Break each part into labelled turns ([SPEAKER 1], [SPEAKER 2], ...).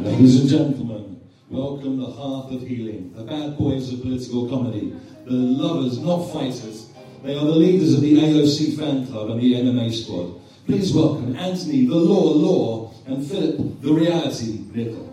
[SPEAKER 1] Ladies and gentlemen, welcome the Hearth of Healing, the bad boys of political comedy, the lovers, not fighters. They are the leaders of the AOC fan club and the MMA squad. Please welcome Anthony, the law, law, and Philip, the reality, Nickel.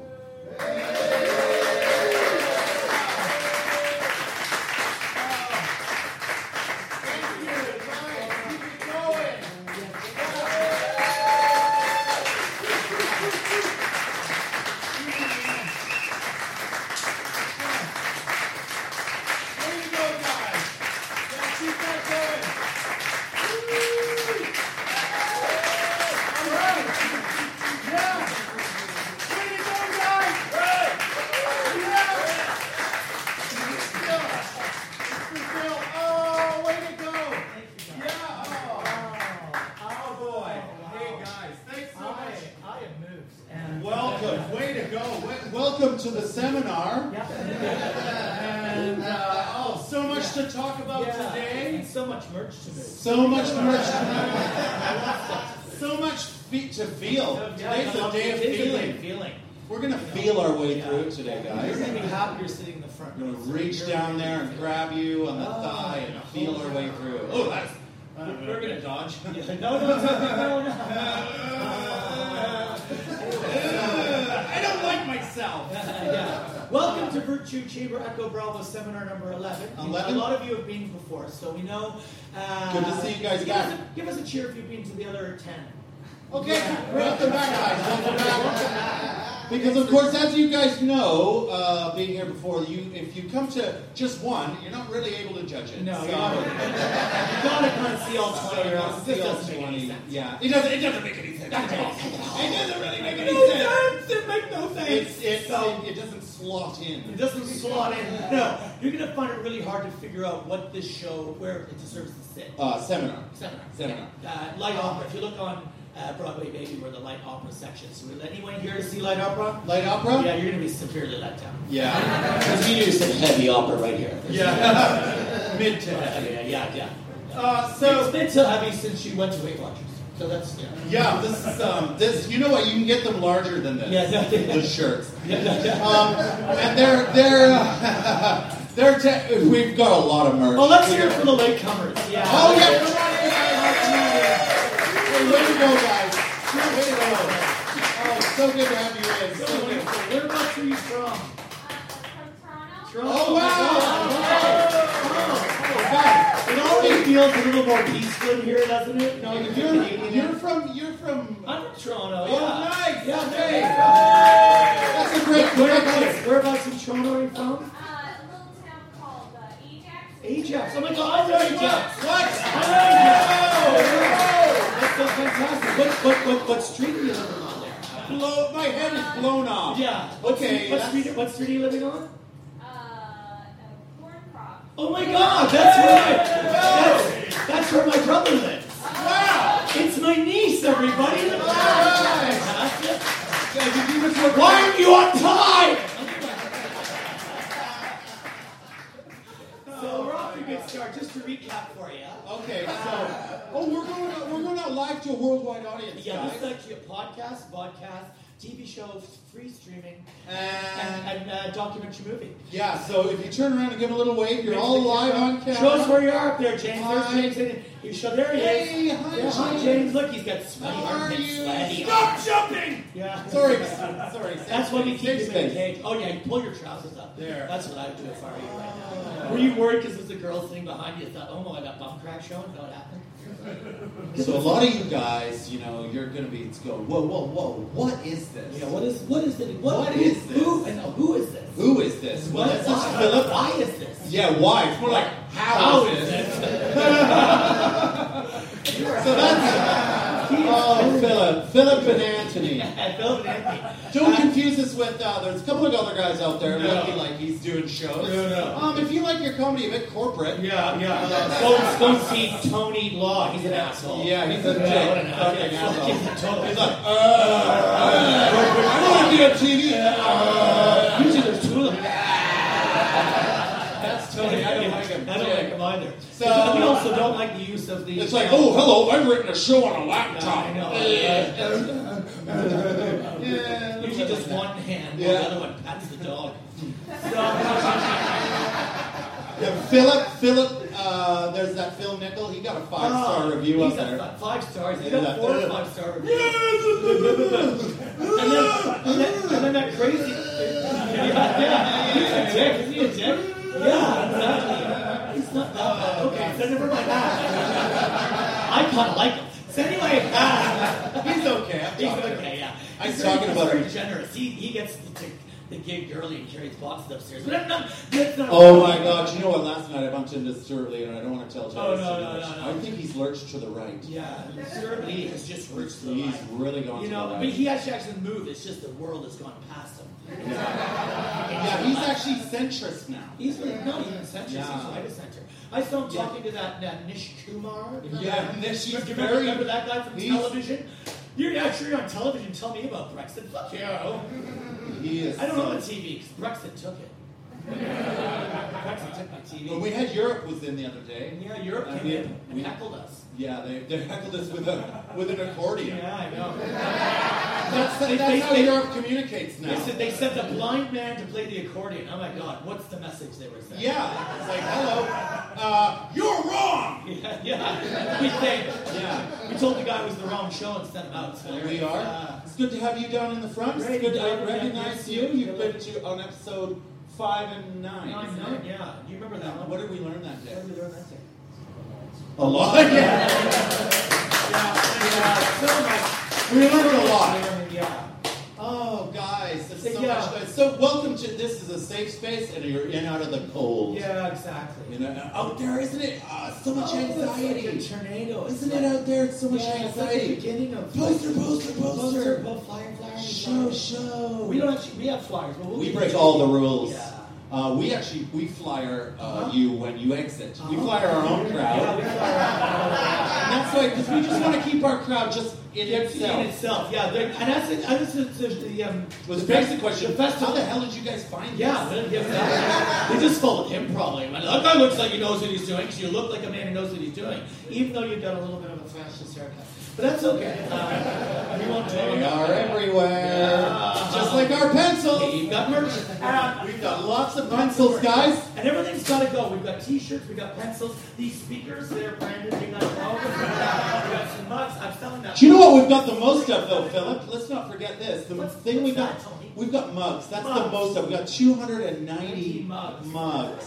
[SPEAKER 2] Welcome, way to go. Wel- Welcome to the seminar. And uh, oh, so much to talk about today.
[SPEAKER 3] so much merch to make.
[SPEAKER 2] So much merch. so much feet to feel. Today's a day of feeling.
[SPEAKER 3] feeling.
[SPEAKER 2] We're gonna feel our way through it today,
[SPEAKER 3] You're
[SPEAKER 2] guys.
[SPEAKER 3] gonna be happy you're sitting in the front.
[SPEAKER 2] We're
[SPEAKER 3] row.
[SPEAKER 2] gonna reach down there and grab you on the thigh and feel our way through. Oh, that's.
[SPEAKER 3] We're gonna dodge. Yeah, no, no, no, no.
[SPEAKER 2] I don't like myself.
[SPEAKER 3] yeah. Welcome to Virtue Chamber Echo Bravo Seminar number 11. You-
[SPEAKER 2] 11?
[SPEAKER 3] A lot of you have been before, so we know. Uh,
[SPEAKER 2] Good to see you guys
[SPEAKER 3] give us
[SPEAKER 2] back.
[SPEAKER 3] a- Give us a cheer if you've been to the other 10.
[SPEAKER 2] Okay, welcome back, guys. Welcome back. Because of course, as you guys know, uh, being here before, you if you come to just one, you're not really able to judge it.
[SPEAKER 3] No,
[SPEAKER 2] So-
[SPEAKER 3] you gotta, you gotta kind of see all 20
[SPEAKER 2] so
[SPEAKER 3] year
[SPEAKER 2] you're
[SPEAKER 3] olds.
[SPEAKER 2] not
[SPEAKER 3] This
[SPEAKER 2] still
[SPEAKER 3] doesn't make any
[SPEAKER 2] 20.
[SPEAKER 3] sense.
[SPEAKER 2] Yeah, it doesn't. It doesn't make any sense. at all. It doesn't really make any
[SPEAKER 3] No
[SPEAKER 2] sense.
[SPEAKER 3] sense! It makes no sense!
[SPEAKER 2] It's, it's,
[SPEAKER 3] So-
[SPEAKER 2] it, it doesn't slot
[SPEAKER 3] It
[SPEAKER 2] in.
[SPEAKER 3] doesn't slot in. No, you're gonna find it really hard to figure out what this show, where it deserves to sit.
[SPEAKER 2] Uh, seminar.
[SPEAKER 3] Seminar.
[SPEAKER 2] Seminar.
[SPEAKER 3] Uh, light opera. If you look on uh, Broadway Baby, we're the light opera section. So, will anyone here to see light opera?
[SPEAKER 2] Light opera.
[SPEAKER 3] Yeah, you're gonna be severely let down.
[SPEAKER 2] Yeah.
[SPEAKER 3] Because we do some heavy opera right here.
[SPEAKER 2] Yeah. Mid
[SPEAKER 3] Yeah, yeah, yeah. yeah.
[SPEAKER 2] Uh, so.
[SPEAKER 3] So it's been so heavy since she went to Weight Watchers. So that's yeah.
[SPEAKER 2] Yeah, this is um, this. You know what? You can get them larger than this.
[SPEAKER 3] Yeah, yeah, yeah.
[SPEAKER 2] The shirts.
[SPEAKER 3] Yeah, yeah, yeah.
[SPEAKER 2] Um, and they're they're uh, they're. Te- we've got a lot of merch.
[SPEAKER 3] Oh, let's hear it for the latecomers. Yeah.
[SPEAKER 2] Oh yeah! Come on in, guys. Hey, way to go, guys. Way to go. Oh, so good to have you in. So good.
[SPEAKER 3] Where about you from?
[SPEAKER 4] from Toronto.
[SPEAKER 3] Toronto.
[SPEAKER 2] Oh wow! Oh, Guys,
[SPEAKER 3] It already feels a little more peaceful in here, doesn't it? No, you're
[SPEAKER 2] you're
[SPEAKER 3] Canadian.
[SPEAKER 2] you're from you're from.
[SPEAKER 3] I'm from Toronto.
[SPEAKER 2] Oh,
[SPEAKER 3] yeah.
[SPEAKER 2] nice.
[SPEAKER 3] Yeah,
[SPEAKER 2] Okay.
[SPEAKER 3] nice.
[SPEAKER 2] That's a great
[SPEAKER 3] Whereabouts, whereabouts in Toronto are you from?
[SPEAKER 4] Uh, a little town called uh, Ajax.
[SPEAKER 3] Ajax. Oh my God, I know Ajax.
[SPEAKER 2] What?
[SPEAKER 3] I know Ajax. That's so fantastic. What, what, what, what street are you living on there?
[SPEAKER 2] Blow, my head is blown off.
[SPEAKER 3] Yeah. What
[SPEAKER 2] Okay.
[SPEAKER 3] Street, what,
[SPEAKER 2] that's-
[SPEAKER 3] street, what street are you living on?
[SPEAKER 4] Uh, a corn crop.
[SPEAKER 3] Oh my God, that's where my that's, that's where my brother lives.
[SPEAKER 2] Wow!
[SPEAKER 3] It's my niece, everybody. Look at that. Fantastic.
[SPEAKER 2] Guys, if you were to look-
[SPEAKER 3] Why aren't you on time? so we're off to a good start. Just to recap for you.
[SPEAKER 2] Okay, so oh, we're going out, we're going out live to a worldwide audience,
[SPEAKER 3] Yeah, this
[SPEAKER 2] guys.
[SPEAKER 3] is actually a podcast, podcast, TV show, free streaming, and,
[SPEAKER 2] and
[SPEAKER 3] and uh, documentary movie.
[SPEAKER 2] yeah, so if you turn around and give a little wave, you're all live on camera.
[SPEAKER 3] Show us where you are up there, James.
[SPEAKER 2] Hi.
[SPEAKER 3] There's James. In, you show, there he
[SPEAKER 2] Hey,
[SPEAKER 3] is.
[SPEAKER 2] hi,
[SPEAKER 3] Yeah, hi,
[SPEAKER 2] James.
[SPEAKER 3] James. Look, he's got sweaty
[SPEAKER 2] How are
[SPEAKER 3] armpits,
[SPEAKER 2] you?
[SPEAKER 3] sweaty
[SPEAKER 2] Stop
[SPEAKER 3] armpits.
[SPEAKER 2] jumping!
[SPEAKER 3] Yeah.
[SPEAKER 2] Sorry, s- sorry.
[SPEAKER 3] That's why you keep
[SPEAKER 2] Safe
[SPEAKER 3] him in a
[SPEAKER 2] space.
[SPEAKER 3] cage. Oh yeah, you pull your trousers up.
[SPEAKER 2] There.
[SPEAKER 3] That's what I would do if I were you right now. Were you worried because there's a girl sitting behind you that thought, oh my, I got bum crack showing? No, it happened.
[SPEAKER 2] So a lot of you guys, you know, you're gonna be going, whoa, whoa, whoa, what is this?
[SPEAKER 3] Yeah. What is what is it? What,
[SPEAKER 2] What
[SPEAKER 3] who,
[SPEAKER 2] is this?
[SPEAKER 3] Who, I know, who is this?
[SPEAKER 2] Who is this? Well,
[SPEAKER 3] What-
[SPEAKER 2] that's
[SPEAKER 3] why,
[SPEAKER 2] just Philip.
[SPEAKER 3] why is this?
[SPEAKER 2] Yeah, why? It's more like how is this? So that's oh, Philip, Philip and Anthony.
[SPEAKER 3] And Philip and Anthony.
[SPEAKER 2] Don't confuse this with uh, there's a couple of other guys out there
[SPEAKER 3] No.
[SPEAKER 2] looking like he's doing shows.
[SPEAKER 3] No, no.
[SPEAKER 2] Um, if you like your comedy a bit corporate,
[SPEAKER 3] Yeah, yeah. Go, go see Tony Law. He's an asshole.
[SPEAKER 2] yeah, he's a
[SPEAKER 3] Yeah, what an
[SPEAKER 2] dick, fucking
[SPEAKER 3] asshole.
[SPEAKER 2] asshole.
[SPEAKER 3] He's a total-
[SPEAKER 2] He's like, uh, uh, I don't want to be on TV. Uh,
[SPEAKER 3] Usually there's two of them.
[SPEAKER 2] that's Tony. I don't like him.
[SPEAKER 3] I don't like him either.
[SPEAKER 2] So- uh,
[SPEAKER 3] But we also don't like oh, the use of the.
[SPEAKER 2] It's like, oh, hello, I've written a show on a laptop.
[SPEAKER 3] I know.
[SPEAKER 2] Uh, Yeah, a little
[SPEAKER 3] Usually
[SPEAKER 2] bit
[SPEAKER 3] just
[SPEAKER 2] like
[SPEAKER 3] one hand,
[SPEAKER 2] Yeah.
[SPEAKER 3] while the other one pats the dog.
[SPEAKER 2] that. Yeah, Philip, Philip, uh, there's that Phil Nickel. He got a five star review
[SPEAKER 3] Ah, Oh, he's
[SPEAKER 2] up
[SPEAKER 3] got
[SPEAKER 2] there.
[SPEAKER 3] fi- Five stars. They
[SPEAKER 2] Yeah.
[SPEAKER 3] got four or five star reviews. and, then, and, then, and then that crazy. yeah, yeah, he's a dick. Isn't he a dick? Yeah, exactly. He's not that bad. Okay, so never mind that. I kind of like him. So anyway, ah,
[SPEAKER 2] He's okay. I'm
[SPEAKER 3] he's
[SPEAKER 2] talking to him.
[SPEAKER 3] okay. Yeah,
[SPEAKER 2] I'm
[SPEAKER 3] He's
[SPEAKER 2] talking
[SPEAKER 3] very-
[SPEAKER 2] about
[SPEAKER 3] very
[SPEAKER 2] him.
[SPEAKER 3] generous. He he gets the, the gig early and carries boxes upstairs. But I'm not. That's not
[SPEAKER 2] Oh my god, you know what? Last night I bumped into Stuart Lee and I don't want to tell Joe.
[SPEAKER 3] Oh,
[SPEAKER 2] this
[SPEAKER 3] no,
[SPEAKER 2] too
[SPEAKER 3] no,
[SPEAKER 2] much.
[SPEAKER 3] no, no.
[SPEAKER 2] I think he's lurched to the right.
[SPEAKER 3] Yeah, Sir Lee has just reached the
[SPEAKER 2] He's
[SPEAKER 3] line.
[SPEAKER 2] really gone
[SPEAKER 3] You
[SPEAKER 2] to the
[SPEAKER 3] know,
[SPEAKER 2] right.
[SPEAKER 3] but he actually actually moved. It's just the world has gone past him.
[SPEAKER 2] yeah, he's actually centrist now.
[SPEAKER 3] He's been, no, he's been center. He's
[SPEAKER 2] Yeah.
[SPEAKER 3] right of center. I saw him
[SPEAKER 2] Yeah.
[SPEAKER 3] talking to that, that Nish Kumar.
[SPEAKER 2] Yeah, Nish,
[SPEAKER 3] Do you
[SPEAKER 2] he's
[SPEAKER 3] remember,
[SPEAKER 2] very-
[SPEAKER 3] remember that guy from
[SPEAKER 2] he's-
[SPEAKER 3] television? You're actually on television. Tell me about Brexit. Fuck you.
[SPEAKER 2] oh, He is.
[SPEAKER 3] I don't know the TV because Brexit took it. Brexit took my TV.
[SPEAKER 2] When we had Europe was in the other day.
[SPEAKER 3] And, yeah, Europe
[SPEAKER 2] I
[SPEAKER 3] came
[SPEAKER 2] mean,
[SPEAKER 3] in
[SPEAKER 2] we-
[SPEAKER 3] and heckled us.
[SPEAKER 2] Yeah, they, they heckled us with a with an accordion.
[SPEAKER 3] Yeah, I know.
[SPEAKER 2] That's,
[SPEAKER 3] They-
[SPEAKER 2] that's
[SPEAKER 3] they-
[SPEAKER 2] how
[SPEAKER 3] they-
[SPEAKER 2] Europe communicates now.
[SPEAKER 3] They said they sent a blind man to play the accordion. Oh my God, what's the message they were sending?
[SPEAKER 2] yeah, it's like hello, uh, you're wrong.
[SPEAKER 3] yeah, yeah. We think
[SPEAKER 2] Yeah,
[SPEAKER 3] we told the guy it was the wrong show and sent him out. So there
[SPEAKER 2] we
[SPEAKER 3] it is.
[SPEAKER 2] are.
[SPEAKER 3] Uh,
[SPEAKER 2] it's good to have you down in the front.
[SPEAKER 3] Great.
[SPEAKER 2] It's good to
[SPEAKER 3] Yeah,
[SPEAKER 2] I recognize
[SPEAKER 3] yeah,
[SPEAKER 2] you.
[SPEAKER 3] yeah.
[SPEAKER 2] You've been to on episode five and nine.
[SPEAKER 3] nine,
[SPEAKER 2] isn't
[SPEAKER 3] nine,
[SPEAKER 2] it?
[SPEAKER 3] yeah. You remember that one?
[SPEAKER 2] What did we learn that day?
[SPEAKER 3] What did we learn that day?
[SPEAKER 2] A lot. Yeah.
[SPEAKER 3] Yeah, so much.
[SPEAKER 2] We learned a lot.
[SPEAKER 3] Yeah.
[SPEAKER 2] Oh, guys, there's
[SPEAKER 3] But
[SPEAKER 2] so
[SPEAKER 3] yeah.
[SPEAKER 2] much. Guys. So welcome to this is a safe space, and you're in out of the cold.
[SPEAKER 3] Yeah, exactly.
[SPEAKER 2] You know, uh, out there, isn't it? Ah, so much
[SPEAKER 3] Oh, it's
[SPEAKER 2] anxiety.
[SPEAKER 3] Like a tornado. It's
[SPEAKER 2] Isn't
[SPEAKER 3] like,
[SPEAKER 2] it out there? It's so much
[SPEAKER 3] yeah, it's like the
[SPEAKER 2] anxiety.
[SPEAKER 3] beginning of
[SPEAKER 2] Poster, poster, poster.
[SPEAKER 3] poster, flyer, flyer,
[SPEAKER 2] Show,
[SPEAKER 3] flyer.
[SPEAKER 2] show.
[SPEAKER 3] We don't actually we have flyers, but we'll
[SPEAKER 2] We
[SPEAKER 3] give
[SPEAKER 2] break
[SPEAKER 3] you-
[SPEAKER 2] all the rules.
[SPEAKER 3] Yeah.
[SPEAKER 2] Uh, we actually we flyer uh,
[SPEAKER 3] Uh-huh.
[SPEAKER 2] you when you exit. We
[SPEAKER 3] Uh-huh.
[SPEAKER 2] flyer our own
[SPEAKER 3] Yeah,
[SPEAKER 2] crowd.
[SPEAKER 3] we flyer.
[SPEAKER 2] And that's why, because we just want to keep our crowd just in
[SPEAKER 3] In
[SPEAKER 2] itself.
[SPEAKER 3] itself, yeah. There, and that's it. That's the, the, the um.
[SPEAKER 2] Was the basic question.
[SPEAKER 3] The festival.
[SPEAKER 2] How the hell did you guys find
[SPEAKER 3] Yeah,
[SPEAKER 2] this?
[SPEAKER 3] they, yeah, yeah. they just followed him probably. Like, That guy looks like he knows what he's doing. 'cause you look like a man who knows what he's doing, even though you've got a little bit of a fascist haircut. But that's okay. Uh, we won't dwell on
[SPEAKER 2] They
[SPEAKER 3] that.
[SPEAKER 2] are everywhere.
[SPEAKER 3] Yeah.
[SPEAKER 2] Just like our
[SPEAKER 3] Hey,
[SPEAKER 2] pencils.
[SPEAKER 3] You've got merch. Uh,
[SPEAKER 2] We've got lots of pencils, guys.
[SPEAKER 3] And everything's got to go. We've got T-shirts, we've got pencils, these speakers. They're branded. We've got all the- We've got some mugs. I'm selling that.
[SPEAKER 2] Do you know what we've got the most of though, Philip? Let's not forget this. The
[SPEAKER 3] What's-
[SPEAKER 2] thing we
[SPEAKER 3] what's
[SPEAKER 2] got,
[SPEAKER 3] that, Tony?
[SPEAKER 2] we've got mugs. That's the
[SPEAKER 3] Mugs.
[SPEAKER 2] most of. We've got 290
[SPEAKER 3] Mugs.
[SPEAKER 2] mugs.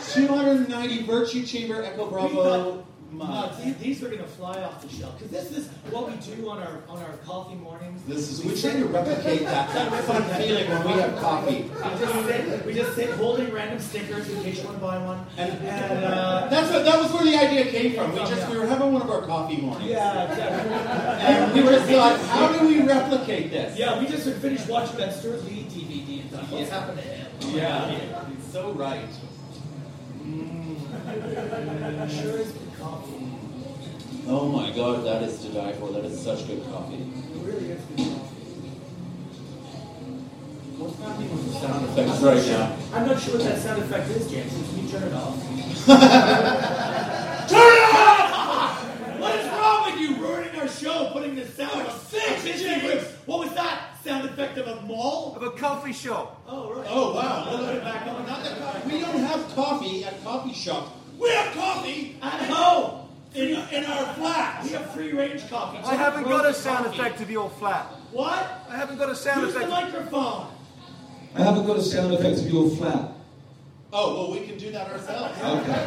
[SPEAKER 2] 290 Virtue Chamber Echo Bravo mugs.
[SPEAKER 3] Mugs. These are going to fly off the shelf because this is what we do on our on our coffee mornings.
[SPEAKER 2] This is we're trying to replicate that, that fun feeling when we have coffee.
[SPEAKER 3] We just sit, we just sit holding random stickers in case you want to buy one.
[SPEAKER 2] And-
[SPEAKER 3] and uh,
[SPEAKER 2] That's what, that was where the idea came from. We
[SPEAKER 3] Oh,
[SPEAKER 2] just
[SPEAKER 3] yeah.
[SPEAKER 2] we were having one of our coffee mornings.
[SPEAKER 3] yeah, exactly.
[SPEAKER 2] And we were just like, how do we replicate this?
[SPEAKER 3] Yeah, we just finished watching that Stuart Lee DVD and thought, what's happened to him?
[SPEAKER 2] Yeah. So right.
[SPEAKER 3] Yeah. Sure is good coffee.
[SPEAKER 2] Oh my god, that is to die for. That is such good coffee.
[SPEAKER 3] It really is good coffee.
[SPEAKER 2] What's happening with the sound effects right now?
[SPEAKER 3] I'm not sure what that sound effect is, James. Can you turn it off?
[SPEAKER 2] Turn it off!
[SPEAKER 3] What is wrong with you ruining our show, putting this sound effect? What was that sound effect of a mall?
[SPEAKER 5] of a coffee shop.
[SPEAKER 3] Oh right.
[SPEAKER 2] Oh wow.
[SPEAKER 3] Put it back on. Not the coffee.
[SPEAKER 2] We don't have coffee at coffee shops. We have coffee
[SPEAKER 3] At home.
[SPEAKER 2] in, in our
[SPEAKER 3] We
[SPEAKER 2] flats.
[SPEAKER 3] have free range coffee.
[SPEAKER 5] I haven't got a
[SPEAKER 3] Roasted
[SPEAKER 5] sound
[SPEAKER 3] coffee.
[SPEAKER 5] effect of your flat.
[SPEAKER 3] What?
[SPEAKER 5] I haven't got a sound
[SPEAKER 3] Use the
[SPEAKER 5] effect.
[SPEAKER 3] microphone.
[SPEAKER 1] I haven't got a sound effect of your flat.
[SPEAKER 2] Oh, well, we can do that ourselves.
[SPEAKER 1] Okay.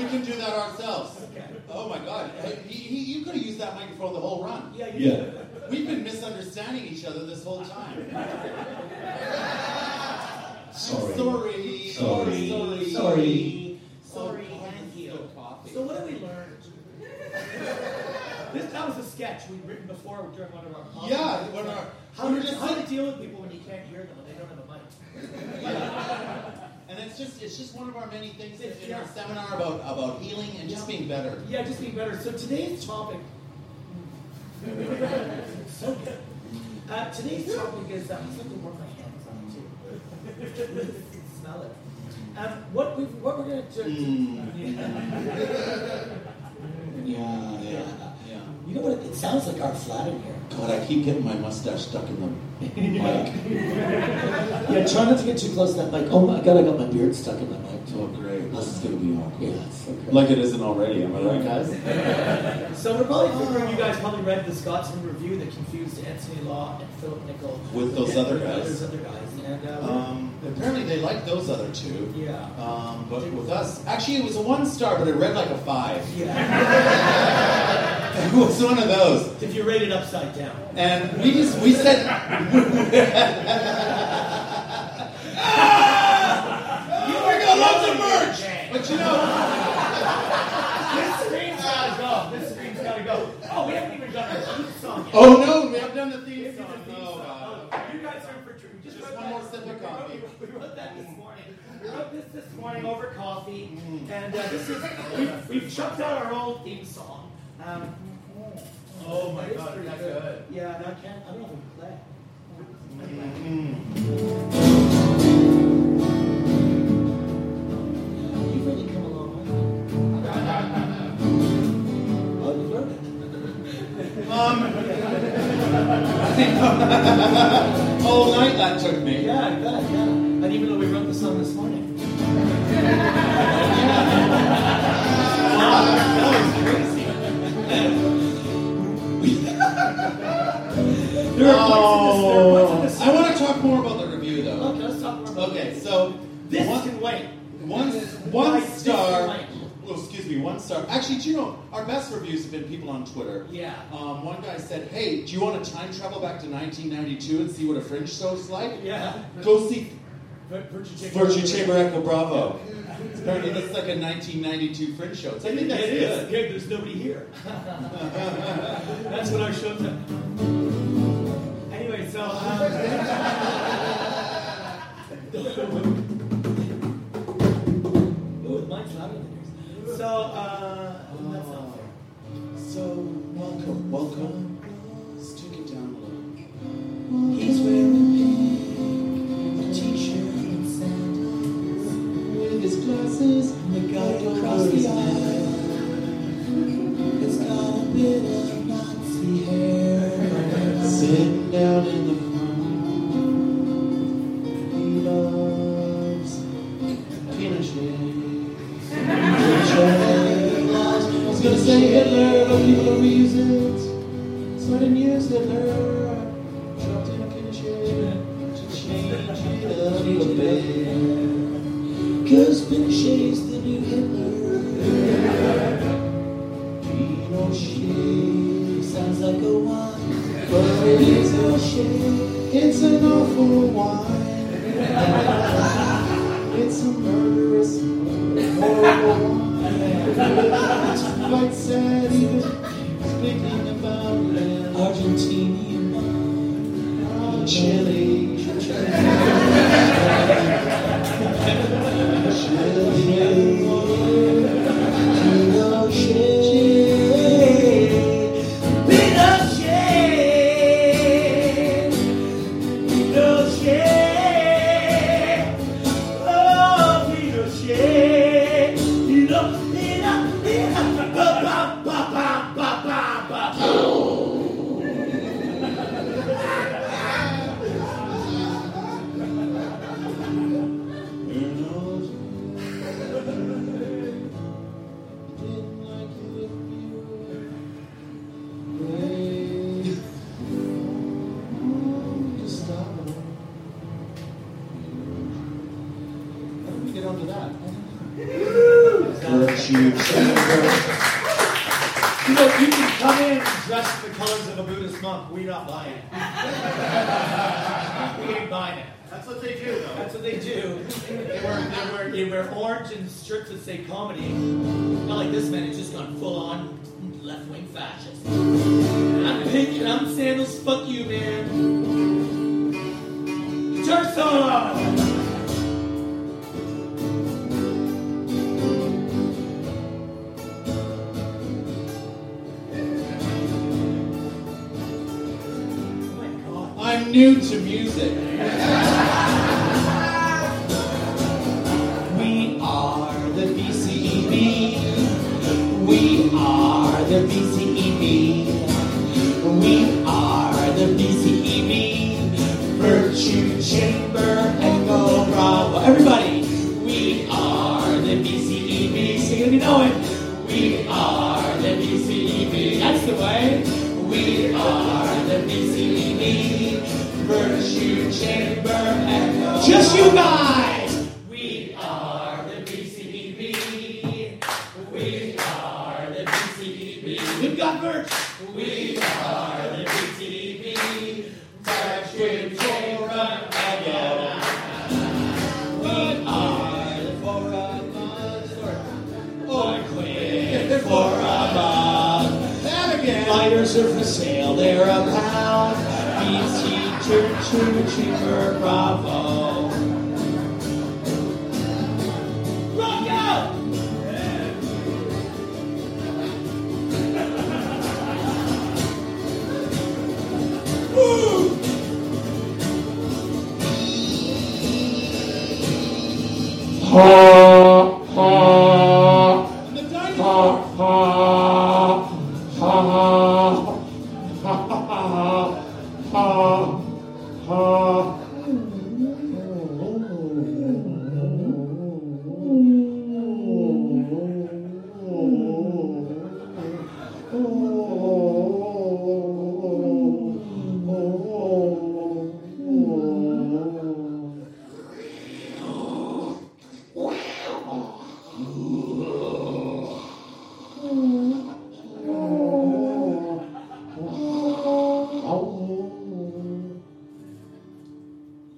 [SPEAKER 2] We can do that ourselves.
[SPEAKER 3] Okay.
[SPEAKER 2] Oh my god. Hey, He, he, you could have used that microphone the whole run.
[SPEAKER 3] Yeah, you
[SPEAKER 1] Yeah.
[SPEAKER 2] We've been misunderstanding each other this whole time.
[SPEAKER 1] Sorry.
[SPEAKER 2] Sorry.
[SPEAKER 1] Sorry.
[SPEAKER 2] Sorry.
[SPEAKER 1] Sorry.
[SPEAKER 3] Sorry,
[SPEAKER 2] Oh,
[SPEAKER 3] thank
[SPEAKER 2] coffee,
[SPEAKER 3] you.
[SPEAKER 2] coffee.
[SPEAKER 3] So what did we learn? this that was a sketch we'd written before during one of our podcasts.
[SPEAKER 2] Yeah, one of our-
[SPEAKER 3] how, to,
[SPEAKER 2] we were just
[SPEAKER 3] how to
[SPEAKER 2] like-
[SPEAKER 3] deal with people when you can't hear them when they don't have a mic.
[SPEAKER 2] And it's just it's just one of our many things in in our
[SPEAKER 3] Yeah.
[SPEAKER 2] seminar about about healing and just being better.
[SPEAKER 3] Yeah, just be better. So today's topic. so good. Uh, today's topic is um, something worth my hands on too. Smell it. Um, what we what we're gonna do?
[SPEAKER 2] Mm.
[SPEAKER 3] Yeah.
[SPEAKER 2] Yeah, yeah, yeah.
[SPEAKER 3] You know what? It's
[SPEAKER 6] It sounds like our flat in here.
[SPEAKER 2] God, I keep getting my mustache stuck in the mic.
[SPEAKER 6] Yeah, try not to get too close to that mic. Oh my god, I got my beard stuck in that mic.
[SPEAKER 2] Oh, great. This is going to be awkward.
[SPEAKER 6] Yeah, it's okay.
[SPEAKER 2] Like it isn't already, am I
[SPEAKER 6] Alright,
[SPEAKER 2] right?
[SPEAKER 6] guys.
[SPEAKER 3] So we're probably figuring you guys probably read the Scotsman Review that confused Anthony Law and Philip Nichol
[SPEAKER 2] With those
[SPEAKER 3] and
[SPEAKER 2] other guys.
[SPEAKER 3] Those other guys, and uh,
[SPEAKER 2] Um, apparently they like those other two.
[SPEAKER 3] yeah,
[SPEAKER 2] Um, but with us, actually, it was a one star, but it read like a five.
[SPEAKER 3] yeah.
[SPEAKER 2] It was one of those.
[SPEAKER 3] if you rate it upside down,
[SPEAKER 2] And we just, we said. Ah! Oh, we got lots of merch! But you know,
[SPEAKER 3] this screen's gotta go. This screen's gotta go. Oh, we haven't even done our theme song yet.
[SPEAKER 2] oh no, we have done the theme
[SPEAKER 3] This is
[SPEAKER 2] song.
[SPEAKER 3] a theme
[SPEAKER 2] Oh,
[SPEAKER 3] song.
[SPEAKER 2] God.
[SPEAKER 3] Oh, you guys are in for a treat. We Just
[SPEAKER 2] Just
[SPEAKER 3] wrote
[SPEAKER 2] one
[SPEAKER 3] that-
[SPEAKER 2] more sip of coffee.
[SPEAKER 3] We wrote that this morning. We wrote this this morning over coffee,
[SPEAKER 2] Mm.
[SPEAKER 3] and uh, this is we've, we've chucked out our old theme song. Um,
[SPEAKER 2] Oh
[SPEAKER 3] that is pretty good. Yeah, no, I can't. I don't even play.
[SPEAKER 2] Mm.
[SPEAKER 6] You've really come a long way. Oh, you learned it.
[SPEAKER 2] All Oh, night that took me.
[SPEAKER 3] Yeah, I bet. Yeah, and even though we wrote the song this morning. There are points in this. There are points in this.
[SPEAKER 2] I want to talk more about the review though.
[SPEAKER 3] Okay, let's talk more about
[SPEAKER 2] Okay, so
[SPEAKER 3] This
[SPEAKER 2] one,
[SPEAKER 3] can wait.
[SPEAKER 2] one,
[SPEAKER 3] Guys,
[SPEAKER 2] one
[SPEAKER 3] this
[SPEAKER 2] star.
[SPEAKER 3] can
[SPEAKER 2] Oh, excuse me, one star. Actually, do you know our best reviews have been people on Twitter?
[SPEAKER 3] Yeah.
[SPEAKER 2] Um, one guy said, "Hey, do you want to time travel back to 1992 and see what a fringe show's like?
[SPEAKER 3] Yeah.
[SPEAKER 2] Go see
[SPEAKER 3] Vir- Virtue Chamber.
[SPEAKER 2] Virtue Chamber Echo Bravo. Apparently, that's like a 1992 fringe show. So I think that's
[SPEAKER 3] it
[SPEAKER 2] good.
[SPEAKER 3] is. Yeah, there's nobody here. That's what our show's at. Anyway, so. uh, Um, Ooh, mine's louder than yours. So, uh, that's not fair.
[SPEAKER 2] So welcome, welcome. Let's take it down a little. He's wearing pink, a t-shirt and sandals. With his glasses, the guy across the aisle. He's got a bit of Nazi hair. Sitting down in the corner. He loves Pinochet. I was gonna say Hitler, but people don't use it. So I didn't use Hitler. I dropped in a Pinochet to change it up a bit. Cause Pinochet's the new Hitler. Pinochet sounds like a wine, but it is a shit. It's an awful wine. It's a murderous, horrible wine. It's quite sad even speaking about an Argentinian wine. Chile.
[SPEAKER 3] oh,
[SPEAKER 2] Chile.
[SPEAKER 3] You know, you can come in dressed in the colors of a Buddhist monk. We're not buying it. we ain't buying it.
[SPEAKER 2] That's what they do, though.
[SPEAKER 3] That's what they do. They wear, they wear, they wear orange and strips that say comedy. Not like this man, it's just gone full on left wing fascist. I'm pink and I'm sandals, fuck you, man. Guitar solo! Oh my god.
[SPEAKER 2] I'm new to music. we are the E E BCEB. We are the BCEB.
[SPEAKER 3] We are the BCEB, Virtue Chamber Echo Bravo. Everybody, we are the BCEB. So you're gonna know it. We are the BCEB. That's the way. We are the BCEB, Virtue Chamber Echo. Just you guys. We are the BCEB. We are the BCEB. We've got merch. We are the BCEB. Virtue Chamber Echo. We are the Forum on Orquid Forum on that again. Lighters are for sale, they're a pound. BC Church Chamber Bravo. Rock out! And the dinosaur.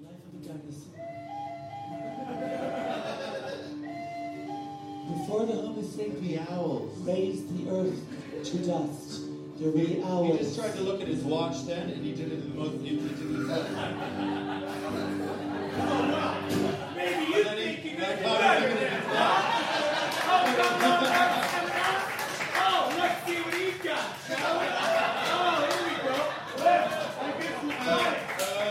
[SPEAKER 3] Life of a dinosaur. Before the Homo sapien owl raised the earth to dust, there were the owls.
[SPEAKER 2] He just tried to look at his watch then, and he did it the most. He did it the most. Maybe you think you got
[SPEAKER 7] Oh, let's see what he's got. shall we? Oh, here we go. Well, I guess we got it.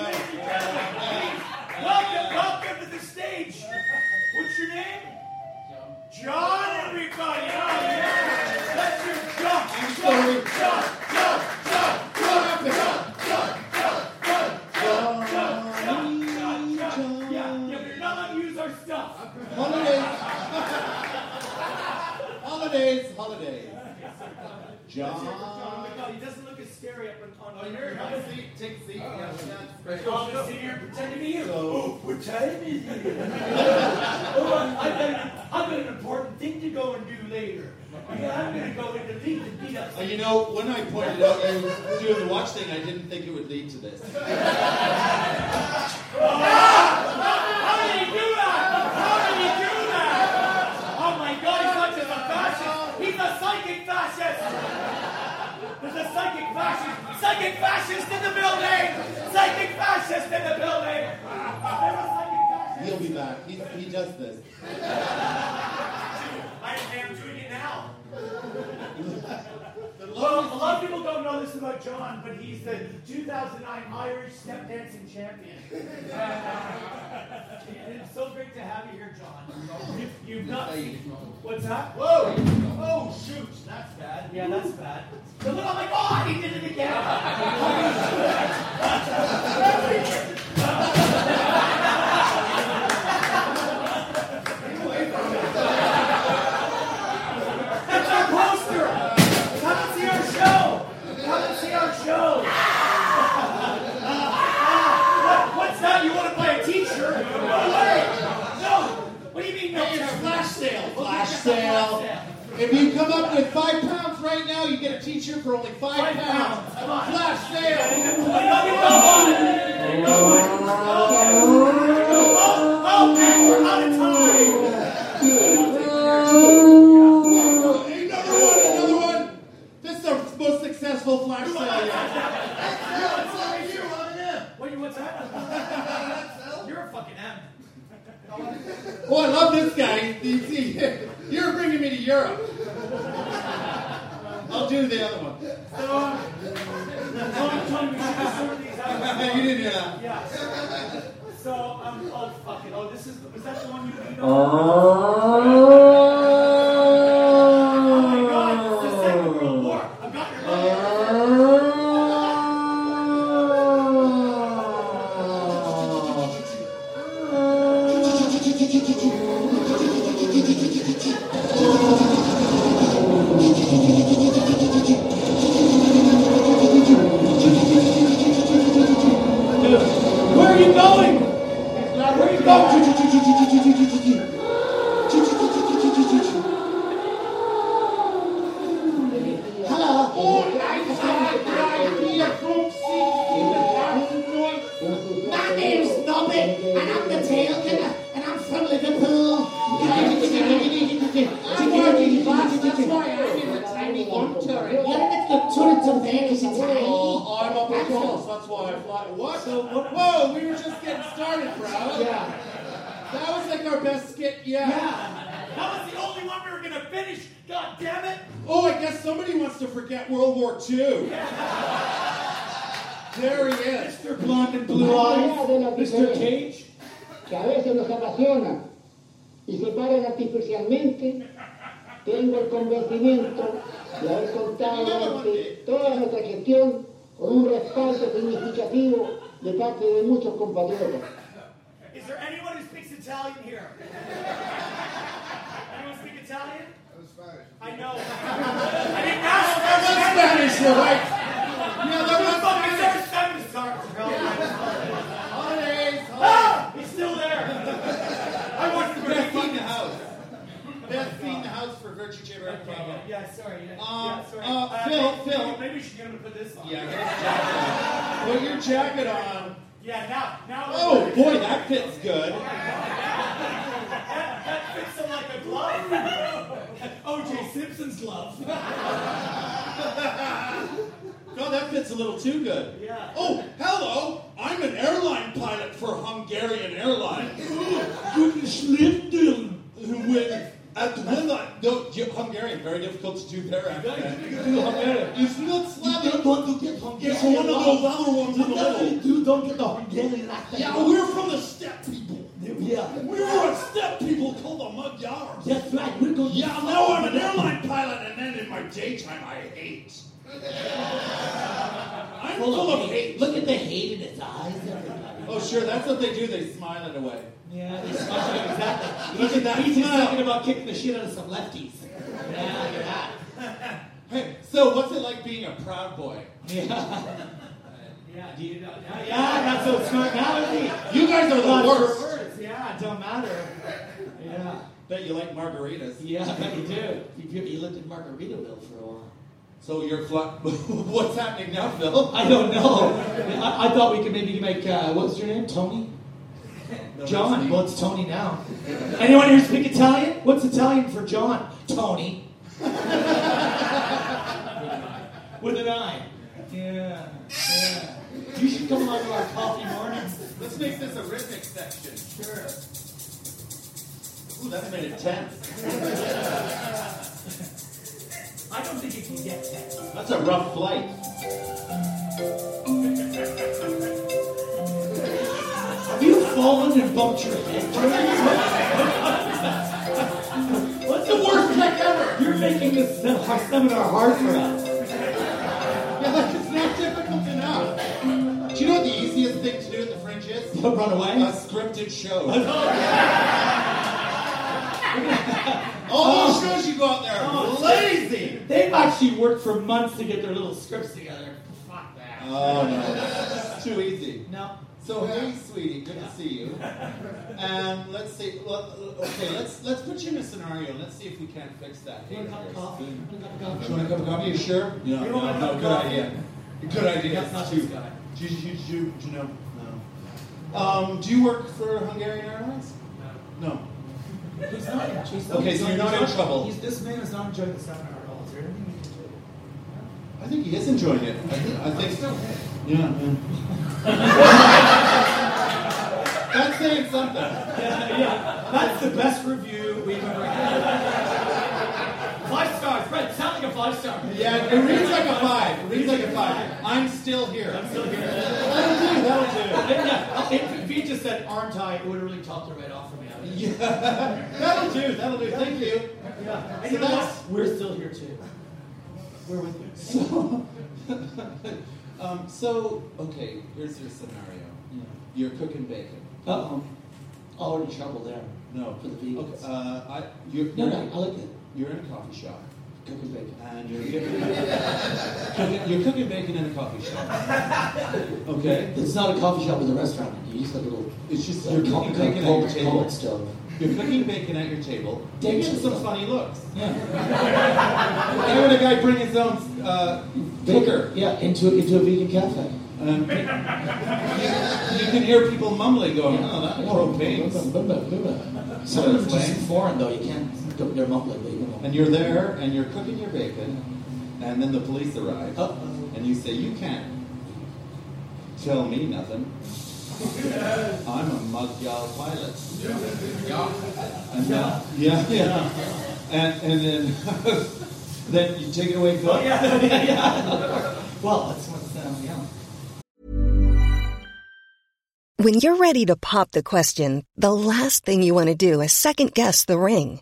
[SPEAKER 7] Ladies and gentlemen, please, Welcome, welcome to the stage. What's your name? John, everybody. Oh, yeah. That's your John. John, John, John, John, John, John, John, John, John, John, John, John, John. Yeah, yeah, we're not allowed to use our stuff.
[SPEAKER 2] Holidays. holidays. Holidays. John.
[SPEAKER 7] John, he doesn't look as scary up on- on
[SPEAKER 2] Oh, you're
[SPEAKER 7] here.
[SPEAKER 2] have a seat. Take a seat. Yeah, yeah.
[SPEAKER 7] Officer here pretending to be you. Oh, pretending to be you. oh, I- I've got, I've got an important thing to go and do later. Yeah, I'm going to go into leave and beat up
[SPEAKER 2] Uh, you know, when I pointed out you doing the watch thing, I didn't think it would lead to this.
[SPEAKER 7] How did he do that? How did he do that? Oh my God, he's not just a fascist. He's a psychic fascist. There's a psychic fascist. Psychic fascist in the building. Psychic fascist in the building. There's a psychic fascist.
[SPEAKER 2] He'll be back. He, he does this.
[SPEAKER 7] I am doing it now. Well, a lot of people don't know this about John, but he's the 2009 Irish step dancing champion. and it's so great to have you here, John. If you've not seen what's that? Whoa! Oh shoot, that's bad. Yeah, that's bad. So look, I'm like, oh, he did it again. That's our poster. Come and see our show. Come and see our show. Uh, What- what's that? You want to buy a T-shirt? No way. No. What do you mean? No.
[SPEAKER 2] It's flash sale. Flash
[SPEAKER 7] Flash
[SPEAKER 2] sale.
[SPEAKER 7] sale.
[SPEAKER 2] If you come up with five pounds right now, you get a T-shirt for only five,
[SPEAKER 7] Five pounds.
[SPEAKER 2] pounds.
[SPEAKER 7] Come on.
[SPEAKER 2] Flash sale.
[SPEAKER 7] Oh, no, you don't want it. Oh, oh, man, we're out of time.
[SPEAKER 2] Another one. Another one. This is the most successful flash sale yet.
[SPEAKER 7] Wait, what's that? You're a fucking M.
[SPEAKER 2] Oh, I love this guy. You see, You're bringing me to Europe. I'll do the other one.
[SPEAKER 7] So, so I'm trying to sort these out.
[SPEAKER 2] You didn't hear that.
[SPEAKER 7] Yeah. So, um, oh, fuck it. Oh, this is, was that the one you beat Oh my god, it's the Second World War. I've got your money.
[SPEAKER 2] Obwohl ein Tag, drei, vier, fünf, sieben, sieben, acht, neun,
[SPEAKER 1] My name's Nobby, and I'm the tail killer, and I'm from Liverpool.
[SPEAKER 2] I'm working class, that's why I'm in the tiny one turret.
[SPEAKER 1] You're in the turret of there because it's
[SPEAKER 2] Oh,
[SPEAKER 1] high.
[SPEAKER 2] I'm up in class, that's why I fly. What? So, what? Whoa, we were just getting started, bro. Yeah. That was like our best skit yet.
[SPEAKER 7] That was the only one we were gonna finish. God damn it!
[SPEAKER 2] Oh, I guess somebody wants to forget World War II. There he is.
[SPEAKER 7] Mr. Blonde and Blue Eyes. Mr. Cage.
[SPEAKER 8] eh. que a veces los apasionan y se paran artificialmente, tengo el convencimiento de haber contado durante toda nuestra gestión con un respaldo significativo de parte de muchos compatriotas.
[SPEAKER 7] Is there anyone who speaks Italian here? anyone speak Italian? I know. I didn't ask
[SPEAKER 2] That was Spanish, you're right. Yeah, that was
[SPEAKER 7] Fuck, is there a Spanish car?
[SPEAKER 2] Oh, holidays.
[SPEAKER 7] Ah! It's still there. I watched the
[SPEAKER 2] Best
[SPEAKER 7] movie.
[SPEAKER 2] scene in the house. Best scene in the house for Virtue Chamber and Bravo.
[SPEAKER 7] Yeah, sorry. Yeah,
[SPEAKER 2] Um,
[SPEAKER 7] yeah, sorry.
[SPEAKER 2] uh, Phil,
[SPEAKER 7] maybe,
[SPEAKER 2] Phil.
[SPEAKER 7] Maybe we should get him to put this on.
[SPEAKER 2] Yeah, get his jacket on. Put your jacket on.
[SPEAKER 7] Yeah, now, now.
[SPEAKER 2] Oh boy, that fits good.
[SPEAKER 7] That fits him like a glove. O.J. Simpson's glove.
[SPEAKER 2] No, that fits a little too good.
[SPEAKER 7] Yeah.
[SPEAKER 2] Oh, hello! I'm an airline pilot for Hungarian Airlines. Guten Schlitten. When at when I no you- Hungarian very difficult to do their accent. It's not Slavic.
[SPEAKER 3] don't want to get Hungarian.
[SPEAKER 2] It's one of those other ones in the
[SPEAKER 3] Whatever you
[SPEAKER 2] middle.
[SPEAKER 3] do, don't get the Hungarian accent.
[SPEAKER 2] Yeah, we're from the steppe people.
[SPEAKER 3] Yeah.
[SPEAKER 2] We were a steppe people called the Magyars.
[SPEAKER 3] That's right. We're going to.
[SPEAKER 2] Yeah, now I'm an airline pilot, and then in my daytime I hate. I'm full of hate.
[SPEAKER 3] Look at the hate in his eyes, everybody.
[SPEAKER 2] Oh, sure, that's what they do. They smile it away.
[SPEAKER 3] Yeah, they smile exactly.
[SPEAKER 2] Look at that
[SPEAKER 3] He's just
[SPEAKER 2] smile.
[SPEAKER 3] thinking about kicking the shit out of some lefties. Yeah, look at that.
[SPEAKER 2] Hey, so what's it like being a proud boy?
[SPEAKER 7] Yeah, do you know? Yeah, yeah, not so smart now, is he?
[SPEAKER 2] You guys are
[SPEAKER 7] Not
[SPEAKER 2] the
[SPEAKER 7] for
[SPEAKER 2] worst.
[SPEAKER 7] words. Yeah, it don't matter. Yeah.
[SPEAKER 2] Bet you like margaritas.
[SPEAKER 3] Yeah, I bet you do. You, you lived in Margaritaville for a while.
[SPEAKER 2] So you're flat. what's happening now, Phil?
[SPEAKER 3] I don't know. I, I thought we could maybe make, uh, what's your name? Tony? John. Well, it's Tony now. Anyone here speak Italian? What's Italian for John? Tony. With an I. Yeah. yeah. You should come along to our coffee mornings.
[SPEAKER 2] Let's make this a rhythmic section. Sure. Ooh, that's made it tense.
[SPEAKER 7] I don't think you can get that.
[SPEAKER 2] That's a rough flight.
[SPEAKER 3] Have you fallen and bumped your head?
[SPEAKER 2] That's the worst trick ever.
[SPEAKER 3] You're making this sem- our seminar hard for us.
[SPEAKER 2] Yeah, like it's not difficult enough. Do you know what the easiest thing to do in the fringe is?
[SPEAKER 3] Don't run
[SPEAKER 2] A
[SPEAKER 3] away.
[SPEAKER 2] scripted show. All those shows you go out there are lazy.
[SPEAKER 3] They've actually worked for months to get their little scripts together. Fuck that.
[SPEAKER 2] Oh no, it's too easy.
[SPEAKER 3] No.
[SPEAKER 2] So hey, sweetie, good to see you. And let's see. Well, okay, let's let's put you in a scenario. and Let's see if we can fix that.
[SPEAKER 3] You want a cup of coffee? You want a cup of coffee?
[SPEAKER 2] Do you want a cup of coffee? You sure? No,
[SPEAKER 3] You want a cup of
[SPEAKER 2] good
[SPEAKER 3] coffee?
[SPEAKER 2] idea. Good idea.
[SPEAKER 3] That's not this guy.
[SPEAKER 2] Do you, do you, do you, do you know? No. Um, do you work for Hungarian Airlines? No. No.
[SPEAKER 3] He's not. He's
[SPEAKER 2] Okay, so you're not in
[SPEAKER 3] he's
[SPEAKER 2] trouble.
[SPEAKER 3] He's, this man is not enjoying the seminar at all. Is there anything we can do?
[SPEAKER 2] I think he is enjoying it. I think, I think so. Yeah, That's saying something.
[SPEAKER 7] Yeah, yeah. That's the best review we've ever had. Five stars, Fred. Sound like a five star.
[SPEAKER 2] Yeah, it reads like a five. It reads like a five. I'm still here.
[SPEAKER 7] I'm still here.
[SPEAKER 2] That'll do. That'll do.
[SPEAKER 7] Yeah, if, if he Oh, just said, aren't I, it would have really topped it right off for me. I mean,
[SPEAKER 2] That'll do. That'll do. Thank you.
[SPEAKER 7] yeah.
[SPEAKER 2] So
[SPEAKER 7] And you know what?
[SPEAKER 2] that's-
[SPEAKER 3] We're still here too. We're with you.
[SPEAKER 2] Um, so, okay, here's your scenario.
[SPEAKER 3] Yeah.
[SPEAKER 2] You're cooking bacon.
[SPEAKER 3] Uh-oh. Already trouble there.
[SPEAKER 2] No.
[SPEAKER 3] For the vegans.
[SPEAKER 2] Okay, uh, I, you're,
[SPEAKER 3] No,
[SPEAKER 2] you're,
[SPEAKER 3] no, I like it.
[SPEAKER 2] you're in a coffee shop.
[SPEAKER 3] Cooking bacon.
[SPEAKER 2] And you're cooking, cooking- you're cooking bacon in a coffee shop. Okay?
[SPEAKER 3] It's not a coffee shop, it's a restaurant. You use a little...
[SPEAKER 2] It's just
[SPEAKER 3] Your
[SPEAKER 2] you're
[SPEAKER 3] coffee
[SPEAKER 2] cooking bacon
[SPEAKER 3] cup,
[SPEAKER 2] at your
[SPEAKER 3] cold, cold
[SPEAKER 2] table.
[SPEAKER 3] stove.
[SPEAKER 2] You're cooking bacon at your table.
[SPEAKER 3] Take
[SPEAKER 2] You give
[SPEAKER 3] yourself.
[SPEAKER 2] some funny looks.
[SPEAKER 3] Yeah.
[SPEAKER 2] And when a guy bring his own uh, cooker,
[SPEAKER 3] Yeah, into, into a vegan cafe.
[SPEAKER 2] um, you can hear people mumbling, going, "Oh, that propane's."
[SPEAKER 3] propane. Some of them just
[SPEAKER 2] Flame.
[SPEAKER 3] foreign though. You can't. They're mumbling, but you know.
[SPEAKER 2] And you're there, and you're cooking your bacon, and then the police arrive,
[SPEAKER 3] Oh.
[SPEAKER 2] and you say, "You can't tell me nothing. I'm a mudgal pilot." And, uh, yeah, yeah. And, and then, then you take it away.
[SPEAKER 3] Oh,
[SPEAKER 2] Phil.
[SPEAKER 3] Well, that's what's um, yeah.
[SPEAKER 9] When you're ready to pop the question, the last thing you want to do is second guess the ring.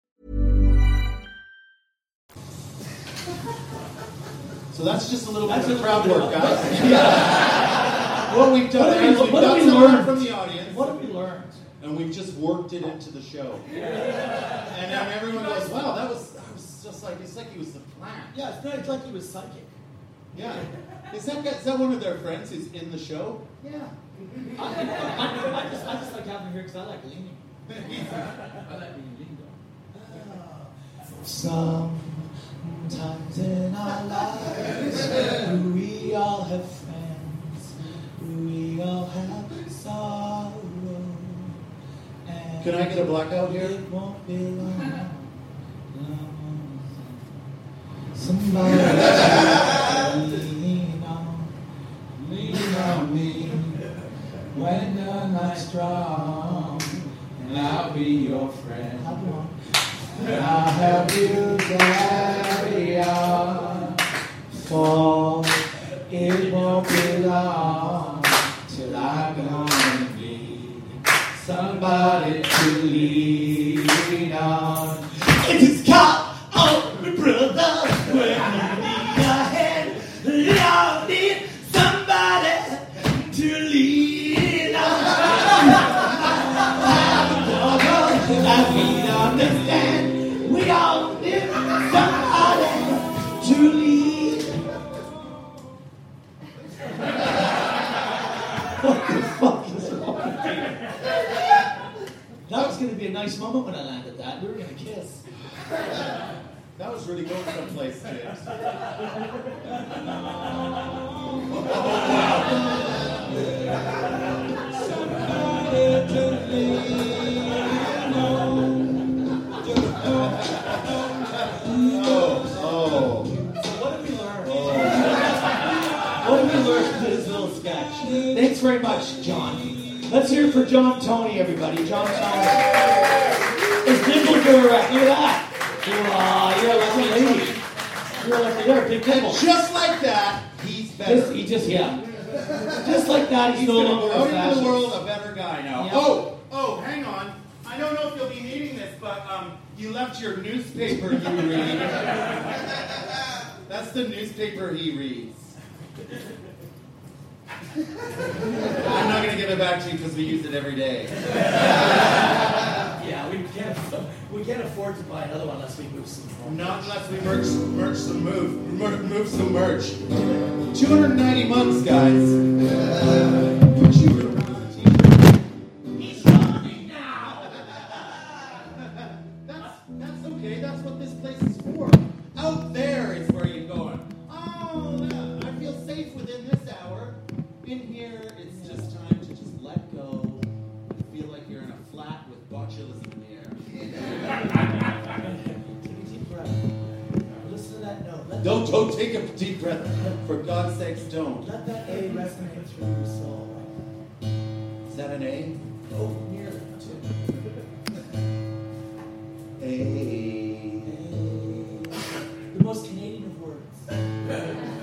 [SPEAKER 2] So that's just a little bit of crowd work, guys. What we've done
[SPEAKER 3] What have we-
[SPEAKER 2] is we've
[SPEAKER 3] what have
[SPEAKER 2] got
[SPEAKER 3] we
[SPEAKER 2] someone
[SPEAKER 3] learned?
[SPEAKER 2] from the audience,
[SPEAKER 3] What have we learned?
[SPEAKER 2] and we've just worked it into the show. And now everyone goes, "Wow, that was, that was just like it's like he was the plan."
[SPEAKER 3] Yeah, it's not it's like he was psychic.
[SPEAKER 2] Yeah. Is that guy- is that one of their friends who's in the show?
[SPEAKER 3] Yeah. I, I, I, just, I just like having him here because I like leaning. I like being leaned on. Sometimes in our lives, we all have friends. We all have sorrow. And
[SPEAKER 2] Can I get a blackout here?
[SPEAKER 3] It won't be long. Somebody lean on, lean on me when you're not strong, and I'll be your friend. I'll help you carry on. For it won't be long till I'm gonna be somebody to lean on. It is caught on me, brother, when you need a hand. We all need somebody to lean on. I need understand. We all need somebody to lean. what the fuck is wrong? with you? That was going to be a nice moment when I landed that. We were going to kiss.
[SPEAKER 2] That was really going someplace, James.
[SPEAKER 3] What did we learn? what did we learn from this little sketch? Thanks very much, John. Let's hear it for John Tony, everybody. John Tony. His dimple grew erect. Look at that. You are, you're like a lady. You're like a, you're a big table.
[SPEAKER 2] Just like that, he's better.
[SPEAKER 3] Just, he just, yeah. Just like that, he's
[SPEAKER 2] he's
[SPEAKER 3] no
[SPEAKER 2] gonna
[SPEAKER 3] longer
[SPEAKER 2] go
[SPEAKER 3] a
[SPEAKER 2] out into the
[SPEAKER 3] fascist.
[SPEAKER 2] world a better guy now.
[SPEAKER 3] Yeah.
[SPEAKER 2] Oh,
[SPEAKER 10] Oh, hang on. I don't know if you'll be needing this, but um,
[SPEAKER 2] you left your newspaper you read. That's the newspaper he reads. I'm not gonna give it back to you because we use it every day.
[SPEAKER 3] Yeah, we can't, we can't afford to buy another one unless we move some more.
[SPEAKER 2] Not unless we merch, merch some move, mer- move some merch. 290 months, guys. Put you around the team.
[SPEAKER 10] he's yawning now.
[SPEAKER 2] That's, that's okay. That's what this place is for. Out there is where you're going. Oh, no, I feel safe within this hour. In here, it's just time to just let go and feel like you're in a flat with botulism in the air.
[SPEAKER 3] Take a deep breath. Listen to that note. Let
[SPEAKER 2] Don't, don't take a deep breath. For God's sakes, don't.
[SPEAKER 3] Let that A resonate through your soul.
[SPEAKER 2] Is that an A?
[SPEAKER 3] Oh, nearly.
[SPEAKER 2] A.
[SPEAKER 3] The most Canadian of words.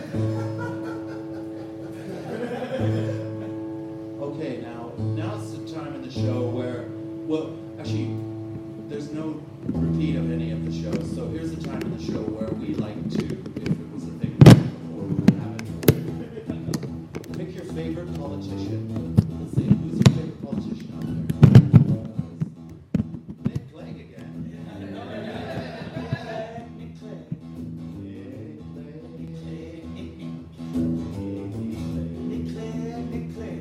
[SPEAKER 2] Okay, now now's the time in the show where, well, actually, there's no repeat of any of the shows. So here's the time in the show where we like to, if it was a thing before we would have it, pick your favorite politician. Let's see, who's your favorite politician out there? Nick Clegg again.
[SPEAKER 3] Nick Clegg. Nick Clegg, Nick Clegg.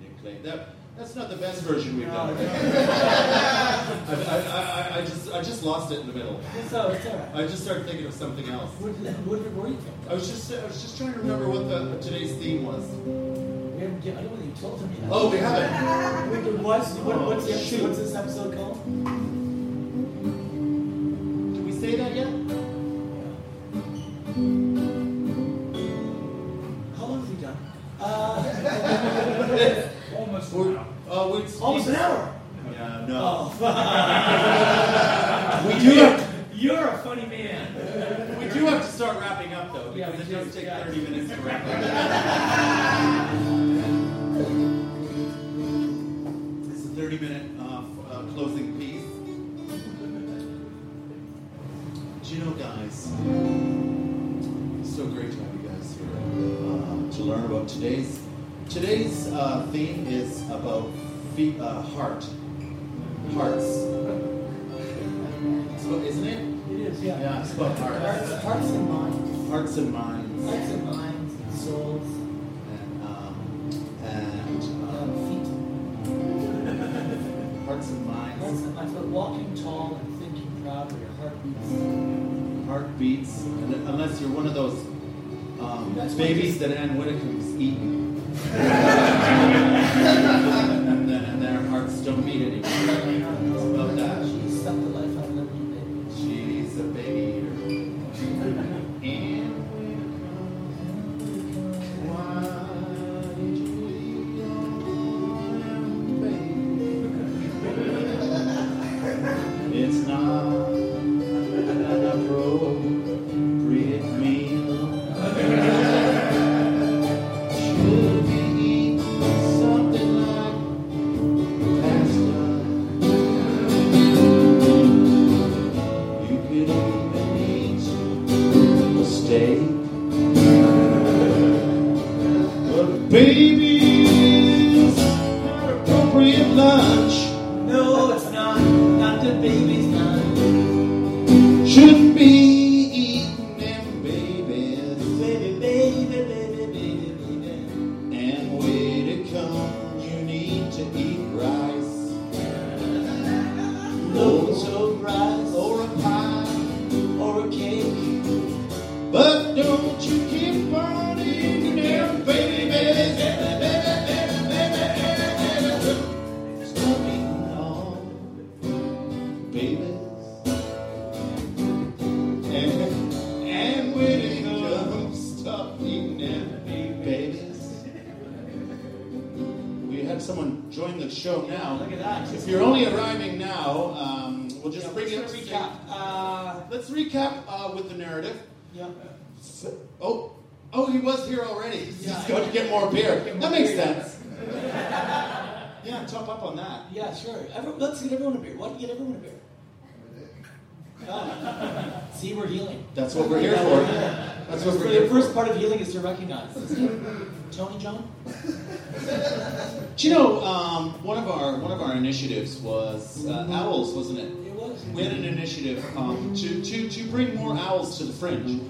[SPEAKER 2] Nick Clegg. That, that's not the best version we've done. I, I, I, I, just, I just lost it in the middle.
[SPEAKER 3] It's all- it's all right.
[SPEAKER 2] I just started thinking of something else.
[SPEAKER 3] What- what were you thinking?
[SPEAKER 2] I was just I was just trying to remember what the today's theme was.
[SPEAKER 3] We haven't given, I don't think you told me that.
[SPEAKER 2] Oh, we haven't.
[SPEAKER 3] Wait, but what's, what, what's, the
[SPEAKER 2] Oh,
[SPEAKER 3] episode,
[SPEAKER 2] shoot.
[SPEAKER 3] what's this episode called?
[SPEAKER 2] Did we say that yet?
[SPEAKER 3] How long have we done?
[SPEAKER 2] Almost. We're, uh, we
[SPEAKER 3] Almost an hour.
[SPEAKER 2] Yeah, no.
[SPEAKER 3] we
[SPEAKER 2] Oh. do have-
[SPEAKER 3] You're a funny man.
[SPEAKER 2] We do have to start wrapping up though,
[SPEAKER 3] Yeah,
[SPEAKER 2] because
[SPEAKER 3] we
[SPEAKER 2] it
[SPEAKER 3] do,
[SPEAKER 2] does take
[SPEAKER 3] yeah.
[SPEAKER 2] 30 minutes to wrap up. It's a 30 minute uh, f- uh, closing piece. Do you know, guys? It's so great to have you guys here uh, to learn about today's today's uh, theme is about feet, uh, heart, hearts. So, isn't it?
[SPEAKER 3] It is, yeah.
[SPEAKER 2] Yeah, it's about
[SPEAKER 3] Hearts,
[SPEAKER 2] hearts,
[SPEAKER 3] hearts and minds.
[SPEAKER 2] hearts and minds,
[SPEAKER 3] Hearts and minds and souls.
[SPEAKER 2] and um, and
[SPEAKER 3] Uh,
[SPEAKER 2] um,
[SPEAKER 3] feet.
[SPEAKER 2] hearts and
[SPEAKER 3] Hearts
[SPEAKER 2] minds,
[SPEAKER 3] and minds. But walking tall and thinking proudly. Your heart beats.
[SPEAKER 2] heartbeats. And then- unless you're one of those um,
[SPEAKER 3] That's what
[SPEAKER 2] babies
[SPEAKER 3] just-
[SPEAKER 2] that Ann Whittaker's eating, and then and their hearts don't beat anymore.
[SPEAKER 3] It's
[SPEAKER 2] about that.
[SPEAKER 3] She sucked the life out of that little baby.
[SPEAKER 2] She's a baby eater. And why did you leave your baby? It's not an appropriate meal. Should be eaten some having someone join the show now.
[SPEAKER 3] Look at that.
[SPEAKER 2] If you're only arriving now, um, we'll just
[SPEAKER 3] Yeah,
[SPEAKER 2] bring
[SPEAKER 3] we're
[SPEAKER 2] it up.
[SPEAKER 3] just
[SPEAKER 2] to-
[SPEAKER 3] gonna recap.
[SPEAKER 2] Uh, let's recap uh, with the narrative.
[SPEAKER 3] Yeah.
[SPEAKER 2] S- Oh, oh, he was here already. He's going to get more beer. that makes sense. yeah, top up on that.
[SPEAKER 3] Yeah, sure. Every, let's get everyone a beer. Why don't you get everyone a beer? God. See, we're healing.
[SPEAKER 2] That's what we're here
[SPEAKER 3] Yeah,
[SPEAKER 2] for.
[SPEAKER 3] yeah.
[SPEAKER 2] That's what we're
[SPEAKER 3] the
[SPEAKER 2] here for.
[SPEAKER 3] first part of healing is to recognize. Tony John?
[SPEAKER 2] Do you know um, one of our one of our initiatives was uh, owls, wasn't it?
[SPEAKER 3] It was.
[SPEAKER 2] We had an initiative um, to, to to bring more owls to the fringe,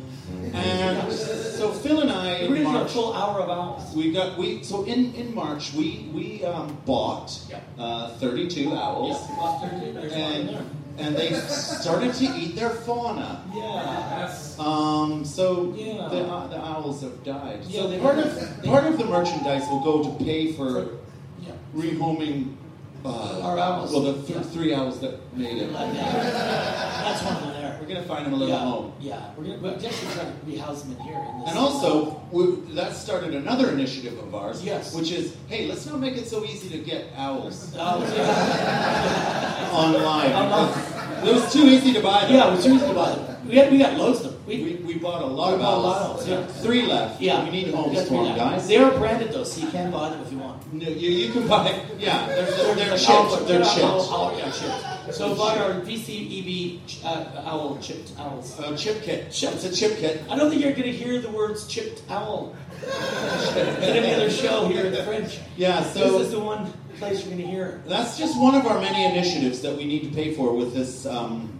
[SPEAKER 2] and so Phil and I
[SPEAKER 3] We're gonna
[SPEAKER 2] in
[SPEAKER 3] do a
[SPEAKER 2] March
[SPEAKER 3] full hour of owls.
[SPEAKER 2] we got we so in in March we we um, bought uh, thirty two owls and and they started to eat their fauna.
[SPEAKER 3] Yeah.
[SPEAKER 2] Um, so
[SPEAKER 3] Yeah.
[SPEAKER 2] the, uh, the owls have died.
[SPEAKER 3] Yeah,
[SPEAKER 2] so
[SPEAKER 3] they-
[SPEAKER 2] part of part of the merchandise will go to pay for
[SPEAKER 3] Yeah.
[SPEAKER 2] rehoming. Uh,
[SPEAKER 3] Our owls.
[SPEAKER 2] Well, the th-
[SPEAKER 3] Yeah.
[SPEAKER 2] three owls that made it.
[SPEAKER 3] That's one of them there.
[SPEAKER 2] We're gonna find them a little
[SPEAKER 3] yeah.
[SPEAKER 2] home.
[SPEAKER 3] Yeah. We're gonna we're just trying to rehouse them in here. In this
[SPEAKER 2] And also, we, that started another initiative of ours.
[SPEAKER 3] Yes.
[SPEAKER 2] Which is, hey, let's not make it so easy to get owls
[SPEAKER 3] Owls, yeah.
[SPEAKER 2] online.
[SPEAKER 3] Online.
[SPEAKER 2] because It was too easy to buy them.
[SPEAKER 3] Yeah, it was too easy to buy them. We got, we got loads of them. We,
[SPEAKER 2] We, we bought a lot of
[SPEAKER 3] We bought a
[SPEAKER 2] owls.
[SPEAKER 3] lot of owls, yeah.
[SPEAKER 2] Three left.
[SPEAKER 3] yeah.
[SPEAKER 2] We need
[SPEAKER 3] We
[SPEAKER 2] homes
[SPEAKER 3] got
[SPEAKER 2] for
[SPEAKER 3] three
[SPEAKER 2] them,
[SPEAKER 3] now.
[SPEAKER 2] guys.
[SPEAKER 3] They are branded though, so you can buy them if you want.
[SPEAKER 2] No, you, you can buy. Yeah, they're, they're, they're
[SPEAKER 3] They're
[SPEAKER 2] chipped. They're
[SPEAKER 3] not
[SPEAKER 2] chipped.
[SPEAKER 3] Owl, owl, yeah, chipped. So buy our VCEB ch- E uh, owl chipped owls.
[SPEAKER 2] A chip kit. It's a chip kit.
[SPEAKER 3] I don't think you're going to hear the words chipped owl at any other show here in the French.
[SPEAKER 2] Yeah, so-
[SPEAKER 3] This is the one place you're going to hear it.
[SPEAKER 2] That's just one of our many initiatives that we need to pay for with this um,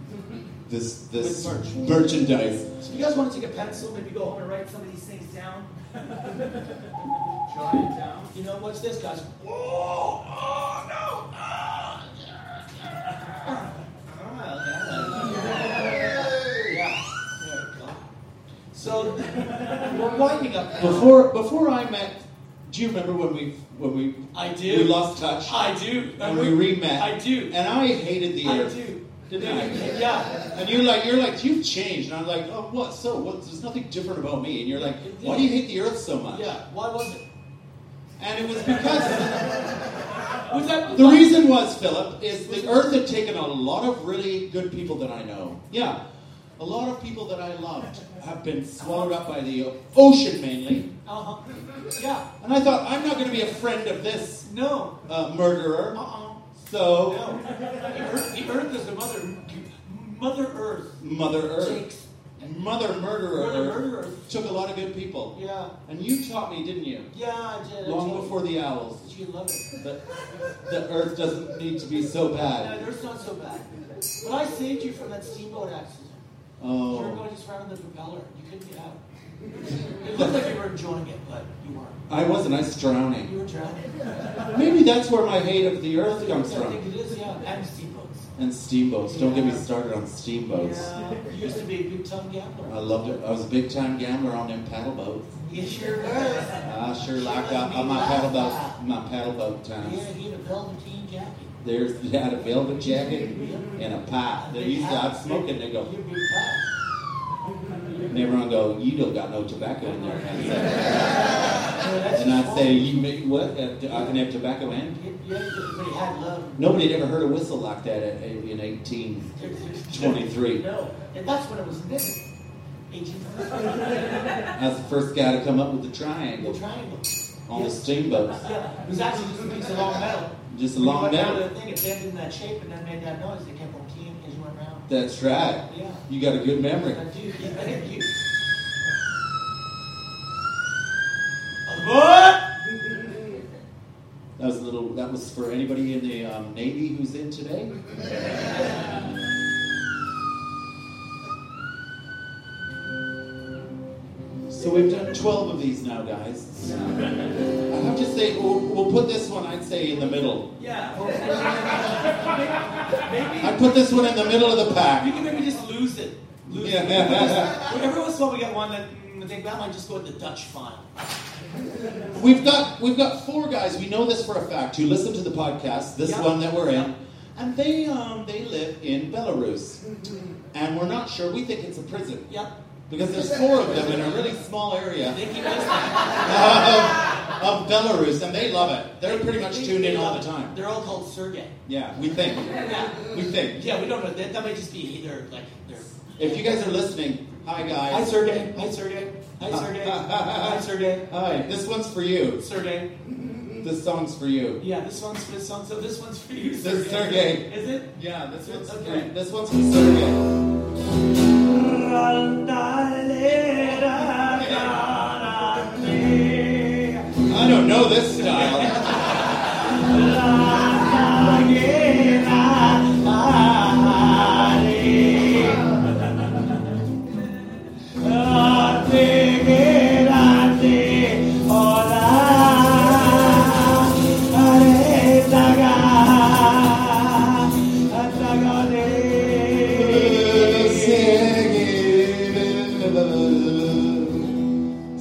[SPEAKER 2] this this
[SPEAKER 3] With merch.
[SPEAKER 2] merchandise.
[SPEAKER 3] So you guys want to take a pencil, maybe go home and write some of these things down? Jot it down. You know, what's this, guys? Whoa! Oh, no! Ah, yeah, yeah. Yeah, there we go. So, we're winding up now.
[SPEAKER 2] Before before I met, do you remember when we when we
[SPEAKER 3] I do.
[SPEAKER 2] we lost touch
[SPEAKER 3] I do.
[SPEAKER 2] and we re-met?
[SPEAKER 3] I do.
[SPEAKER 2] And I hated the
[SPEAKER 3] I
[SPEAKER 2] air.
[SPEAKER 3] do.
[SPEAKER 2] Didn't I?
[SPEAKER 3] Yeah.
[SPEAKER 2] And you're like, you're like, you've changed. And I'm like, oh, what? So what? There's nothing different about me. And you're like, why do you hate the earth so much?
[SPEAKER 3] Yeah. Why was it?
[SPEAKER 2] And it was because
[SPEAKER 3] Was that
[SPEAKER 2] The reason was, Philip, is the Earth had taken a lot of really good people that I know. Yeah, a lot of people that I loved have been swallowed up by the ocean mainly.
[SPEAKER 3] Uh huh. Yeah.
[SPEAKER 2] And I thought, I'm not going to be a friend of this
[SPEAKER 3] No.
[SPEAKER 2] uh, murderer.
[SPEAKER 3] Uh uh
[SPEAKER 2] So,
[SPEAKER 3] No. The earth, the earth is the mother, Mother Earth.
[SPEAKER 2] Mother Earth,
[SPEAKER 3] Takes.
[SPEAKER 2] Mother Murderer,
[SPEAKER 3] Mother Murderer.
[SPEAKER 2] took a lot of good people.
[SPEAKER 3] Yeah.
[SPEAKER 2] And you taught me, didn't you?
[SPEAKER 3] Yeah, I did. I
[SPEAKER 2] Long
[SPEAKER 3] did.
[SPEAKER 2] before the owls,
[SPEAKER 3] She loved it.
[SPEAKER 2] that the Earth doesn't need to be so
[SPEAKER 3] Yeah,
[SPEAKER 2] bad.
[SPEAKER 3] there's not so bad. But I saved you from that steamboat accident. You were
[SPEAKER 2] Oh.
[SPEAKER 3] going just around the propeller. You couldn't get out. It looked like you were enjoying it, but you weren't.
[SPEAKER 2] I wasn't, I was drowning.
[SPEAKER 3] You were drowning.
[SPEAKER 2] Maybe that's where my hate of the
[SPEAKER 3] I
[SPEAKER 2] earth comes
[SPEAKER 3] think
[SPEAKER 2] from.
[SPEAKER 3] it is, yeah. And steamboats.
[SPEAKER 2] And steamboats. Don't get me started on steamboats.
[SPEAKER 3] Yeah. You used to be a big time gambler.
[SPEAKER 2] I loved it. I was a big time gambler on them paddle boats.
[SPEAKER 3] You sure was.
[SPEAKER 2] I sure liked out on my paddle boat, my paddle boat times.
[SPEAKER 3] Yeah, he had a velveteen jacket.
[SPEAKER 2] There's they had a velvet jacket and a pipe. They used to out smoking. They
[SPEAKER 3] You're
[SPEAKER 2] go,
[SPEAKER 3] a big guy.
[SPEAKER 2] and everyone go, you don't got no tobacco in there.
[SPEAKER 3] Yeah, that's
[SPEAKER 2] And I'd
[SPEAKER 3] just
[SPEAKER 2] say,
[SPEAKER 3] wrong.
[SPEAKER 2] you make what? Uh, I can have tobacco and.
[SPEAKER 3] You- you had to- but he had love.
[SPEAKER 2] Nobody had ever heard a whistle like that at, in 1823.
[SPEAKER 3] No, and that's when it was invented. 1800.
[SPEAKER 2] I was the first guy to come up with the
[SPEAKER 3] The
[SPEAKER 2] triangle
[SPEAKER 3] triangle.
[SPEAKER 2] on the steamboats.
[SPEAKER 3] Yeah, it was actually just a piece of long metal.
[SPEAKER 2] Just a
[SPEAKER 3] When you
[SPEAKER 2] long
[SPEAKER 3] went down
[SPEAKER 2] metal.
[SPEAKER 3] to The thing it bent in that shape and then made that noise. It kept on keying as you went around.
[SPEAKER 2] That's right.
[SPEAKER 3] Yeah.
[SPEAKER 2] You got a good memory.
[SPEAKER 3] But dude, yeah, thank you. What?
[SPEAKER 2] That was a little. That was for anybody in the um, Navy who's in today. so we've done twelve of these now, guys. I have to say, we'll, we'll put this one. I'd say in the middle.
[SPEAKER 3] Yeah. maybe
[SPEAKER 2] I put this one in the middle of the
[SPEAKER 3] we
[SPEAKER 2] pack.
[SPEAKER 3] can maybe just lose it. Lose
[SPEAKER 2] Yeah,
[SPEAKER 3] it.
[SPEAKER 2] yeah, yeah,
[SPEAKER 3] Well, Every once in a while we get one that mm, I think that might just go in the Dutch file.
[SPEAKER 2] We've got we've got four guys. We know this for a fact. Who listen to the podcast? This
[SPEAKER 3] Yeah.
[SPEAKER 2] one that we're in,
[SPEAKER 3] Yeah.
[SPEAKER 2] and they um, they live in Belarus,
[SPEAKER 3] Mm-hmm.
[SPEAKER 2] and we're not sure. We think it's a prison.
[SPEAKER 3] Yep.
[SPEAKER 2] Because there's four of them in a really small area.
[SPEAKER 3] They keep listening.
[SPEAKER 2] Um, of Belarus, and they love it. They're pretty much tuned in all the time.
[SPEAKER 3] They're all called Sergey.
[SPEAKER 2] Yeah, we think. We think.
[SPEAKER 3] Yeah, we don't know. That, that might just be either like they're.
[SPEAKER 2] If you guys are listening, hi guys.
[SPEAKER 3] Hi Sergey. Hi Sergey. Hi Sergey. Hi Sergey.
[SPEAKER 2] Hi. This one's for you.
[SPEAKER 3] Sergey.
[SPEAKER 2] This song's for you.
[SPEAKER 3] Yeah, this one's this song. So this one's for you.
[SPEAKER 2] This is
[SPEAKER 3] Sergey.
[SPEAKER 2] Sergey.
[SPEAKER 3] Is it?
[SPEAKER 2] Yeah, this one's
[SPEAKER 3] Okay.
[SPEAKER 2] This one's for Sergey. I don't know this style.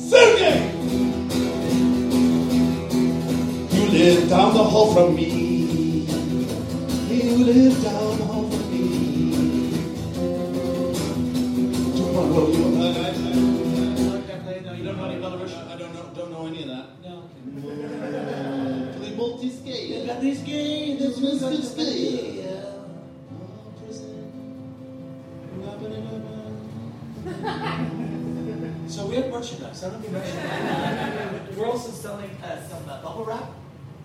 [SPEAKER 2] Sergey! You live down the hall from me. You live down the hall from me. Tomorrow you I, I,
[SPEAKER 3] No, you don't know any Belarusian.
[SPEAKER 2] I, I don't know don't know any of that.
[SPEAKER 3] No.
[SPEAKER 2] Play multi-scale.
[SPEAKER 3] got this game.
[SPEAKER 2] This was this
[SPEAKER 3] game. So we have merchandise. I don't know if you We're also selling uh, some uh, bubble wrap.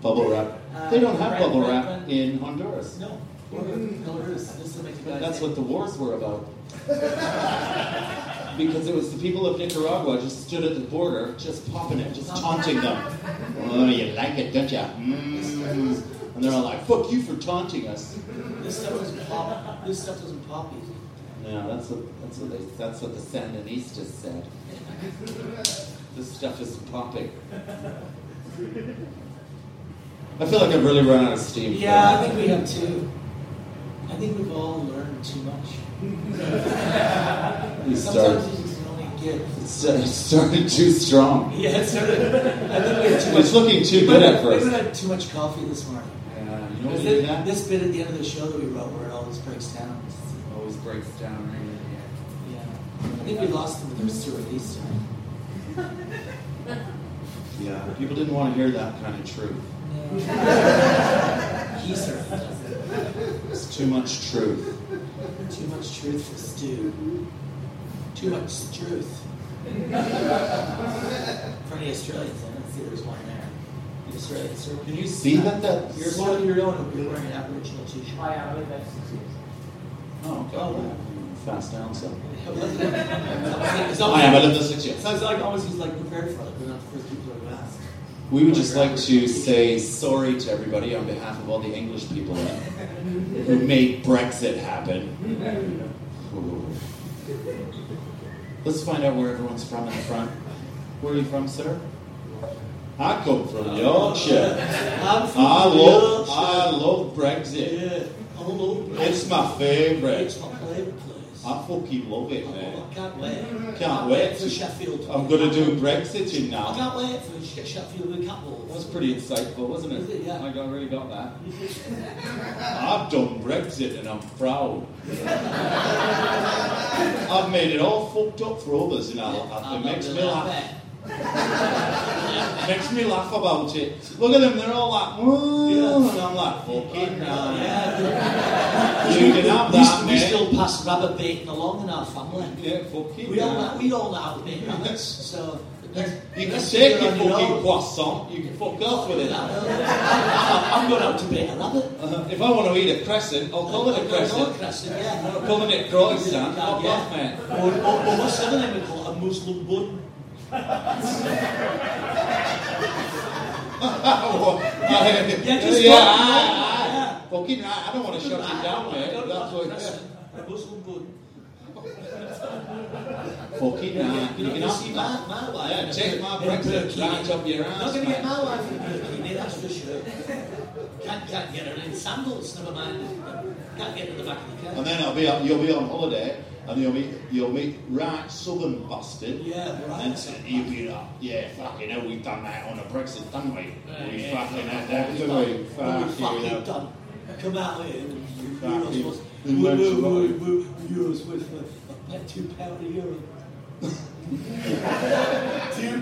[SPEAKER 2] Bubble wrap.
[SPEAKER 3] Uh,
[SPEAKER 2] They don't have
[SPEAKER 3] right,
[SPEAKER 2] bubble
[SPEAKER 3] right,
[SPEAKER 2] wrap
[SPEAKER 3] right.
[SPEAKER 2] in Honduras.
[SPEAKER 3] No. Or Belarus. This will make you guys.
[SPEAKER 2] That's what the wars were about. because it was the people of Nicaragua just stood at the border, just popping it, just taunting them. Oh, you like it, don't you? Mm. And they're all like, fuck you for taunting us.
[SPEAKER 3] This stuff doesn't pop. This stuff doesn't pop easy.
[SPEAKER 2] No, that's what that's what they that's what the Sandinistas said. this stuff is popping. I feel like I've really run out of steam.
[SPEAKER 3] Yeah, I think we have too. I think we've all learned too much.
[SPEAKER 2] We
[SPEAKER 3] Sometimes
[SPEAKER 2] started,
[SPEAKER 3] you just can only give.
[SPEAKER 2] started, started too strong.
[SPEAKER 3] Yeah, it's sort of. I think we had too much.
[SPEAKER 2] It's looking too
[SPEAKER 3] we
[SPEAKER 2] good
[SPEAKER 3] might-
[SPEAKER 2] at
[SPEAKER 3] We
[SPEAKER 2] first.
[SPEAKER 3] might have too much coffee this morning.
[SPEAKER 2] Yeah, you know what
[SPEAKER 3] Because
[SPEAKER 2] you
[SPEAKER 3] thi-
[SPEAKER 2] have?
[SPEAKER 3] This bit at the end of the show that we wrote, where it always breaks down.
[SPEAKER 2] always breaks down right in
[SPEAKER 3] Yeah, I think we lost them with their sewer these time.
[SPEAKER 2] the end. Yeah, people didn't want to hear that kind of truth.
[SPEAKER 3] He certainly does it.
[SPEAKER 2] It's too much truth.
[SPEAKER 3] Too much truth for stew. Too much truth. for any Australians, I don't see there's one there. The Australian sir.
[SPEAKER 2] Can you see that? That
[SPEAKER 3] You're sort of your own. You're wearing an Aboriginal t-shirt. I am.
[SPEAKER 2] Oh, God. Fast down, so. I
[SPEAKER 3] I
[SPEAKER 2] am. I live the six years.
[SPEAKER 3] So it's like always he's like prepared for it. We're not the first people to ask.
[SPEAKER 2] We would just like to say sorry to everybody on behalf of all the English people who made Brexit happen. Ooh. Let's find out where everyone's from in the front. Where are you from, sir? I come from Yorkshire.
[SPEAKER 3] I'm from
[SPEAKER 2] I love, I
[SPEAKER 3] Yorkshire.
[SPEAKER 2] love Brexit.
[SPEAKER 3] Yeah. I love
[SPEAKER 2] It's my
[SPEAKER 3] It's
[SPEAKER 2] favourite.
[SPEAKER 3] my favorite place.
[SPEAKER 2] I fucking love it,
[SPEAKER 3] Oh,
[SPEAKER 2] man.
[SPEAKER 3] I can't wait.
[SPEAKER 2] Can't wait.
[SPEAKER 3] For Sheffield.
[SPEAKER 2] I'm gonna do Brexit in
[SPEAKER 3] I
[SPEAKER 2] now.
[SPEAKER 3] can't wait for Sh- Sheffield with Cat Balls.
[SPEAKER 2] That was pretty insightful, wasn't
[SPEAKER 3] Was it?
[SPEAKER 2] it?
[SPEAKER 3] Yeah.
[SPEAKER 2] I got, really got that. I've done Brexit and I'm proud. I've made it all fucked up for others, and I, I, it
[SPEAKER 3] I'm
[SPEAKER 2] makes
[SPEAKER 3] not
[SPEAKER 2] me
[SPEAKER 3] really
[SPEAKER 2] laugh.
[SPEAKER 3] that
[SPEAKER 2] Makes me laugh about it. Look at them; they're all like, "Whoa,"
[SPEAKER 3] Yeah.
[SPEAKER 2] and I'm like, "Fucking
[SPEAKER 3] bad.
[SPEAKER 2] right."
[SPEAKER 3] Yeah,
[SPEAKER 2] You can have
[SPEAKER 3] we,
[SPEAKER 2] that,
[SPEAKER 3] we
[SPEAKER 2] mate.
[SPEAKER 3] still pass rabbit baiting along in our family.
[SPEAKER 2] yeah, fucking
[SPEAKER 3] We all
[SPEAKER 2] right.
[SPEAKER 3] know, we all know how to make rabbits, so
[SPEAKER 2] You can
[SPEAKER 3] let's
[SPEAKER 2] take
[SPEAKER 3] do
[SPEAKER 2] your
[SPEAKER 3] it on
[SPEAKER 2] fucking
[SPEAKER 3] own.
[SPEAKER 2] croissant. You can fuck off with it.
[SPEAKER 3] I'm going out to bait a rabbit.
[SPEAKER 2] Uh, if I want to eat a crescent, I'll call it a
[SPEAKER 3] Another
[SPEAKER 2] crescent.
[SPEAKER 3] crescent, yeah.
[SPEAKER 2] I'm calling it croissant. Fuck off, mate.
[SPEAKER 3] Or, or, or what's the other name we call it? A Muslim bun.
[SPEAKER 2] yeah,
[SPEAKER 3] just
[SPEAKER 2] yeah,
[SPEAKER 3] go-
[SPEAKER 2] I, I, fucking, I, I don't want to shut you down, mate.
[SPEAKER 3] Don't
[SPEAKER 2] That's
[SPEAKER 3] call it
[SPEAKER 2] what.
[SPEAKER 3] crescent. A Muslim bun.
[SPEAKER 2] Fucking, nah. you can
[SPEAKER 3] You see
[SPEAKER 2] ask
[SPEAKER 3] my,
[SPEAKER 2] that.
[SPEAKER 3] my wife.
[SPEAKER 2] Yeah,
[SPEAKER 3] in a
[SPEAKER 2] take my
[SPEAKER 3] bir- in a
[SPEAKER 2] Brexit
[SPEAKER 3] burkini.
[SPEAKER 2] right up your
[SPEAKER 3] Not
[SPEAKER 2] ass,
[SPEAKER 3] going to get
[SPEAKER 2] mate.
[SPEAKER 3] my wife in a burkini, that's for sure. Can't, can't get her in sandals, never mind. Can't get her in the back of the
[SPEAKER 2] And
[SPEAKER 3] car.
[SPEAKER 2] then I'll be, up- you'll be on holiday, and you'll meet, you'll meet right southern bastard.
[SPEAKER 3] Yeah, right.
[SPEAKER 2] And so you'll be like, yeah, fucking hell, we've done that on a Brexit, done we?
[SPEAKER 3] Yeah,
[SPEAKER 2] we
[SPEAKER 3] yeah,
[SPEAKER 2] fucking
[SPEAKER 3] yeah.
[SPEAKER 2] had that, didn't
[SPEAKER 3] What
[SPEAKER 2] we?
[SPEAKER 3] we
[SPEAKER 2] Fuck you,
[SPEAKER 3] fucking
[SPEAKER 2] yeah.
[SPEAKER 3] done. Come out here.
[SPEAKER 2] Fuck
[SPEAKER 3] Euros
[SPEAKER 2] you.
[SPEAKER 3] was-
[SPEAKER 2] We
[SPEAKER 3] we-
[SPEAKER 2] went
[SPEAKER 3] we-
[SPEAKER 2] to
[SPEAKER 3] we-
[SPEAKER 2] Rome.
[SPEAKER 3] we- Euros was for a two pound a euro. Two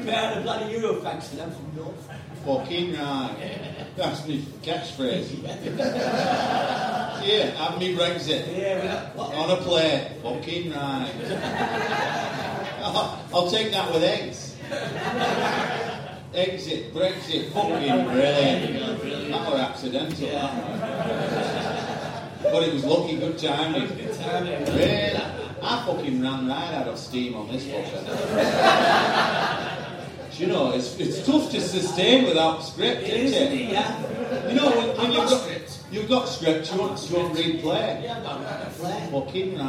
[SPEAKER 3] pound of bloody Eurofax, and I'm from North.
[SPEAKER 2] Fucking right. uh, That's me catchphrase. Yeah, have me Brexit.
[SPEAKER 3] Yeah, we
[SPEAKER 2] On a plate. Fucking right. I'll, I'll take that with eggs. Exit, Brexit, fucking brilliant. That were accidental. But it was lucky, good timing. Good timing. Really? I fucking ran right out of steam on this fucker. Do you know, it's, it's tough to sustain without script,
[SPEAKER 3] It
[SPEAKER 2] isn't
[SPEAKER 3] is
[SPEAKER 2] it?
[SPEAKER 3] indeed, yeah.
[SPEAKER 2] You know, when,
[SPEAKER 3] I've
[SPEAKER 2] when
[SPEAKER 3] got
[SPEAKER 2] you've, got,
[SPEAKER 3] script.
[SPEAKER 2] you've got script, you won't, you won't read play.
[SPEAKER 3] Yeah, I'm not a play.
[SPEAKER 2] Fucking
[SPEAKER 3] It's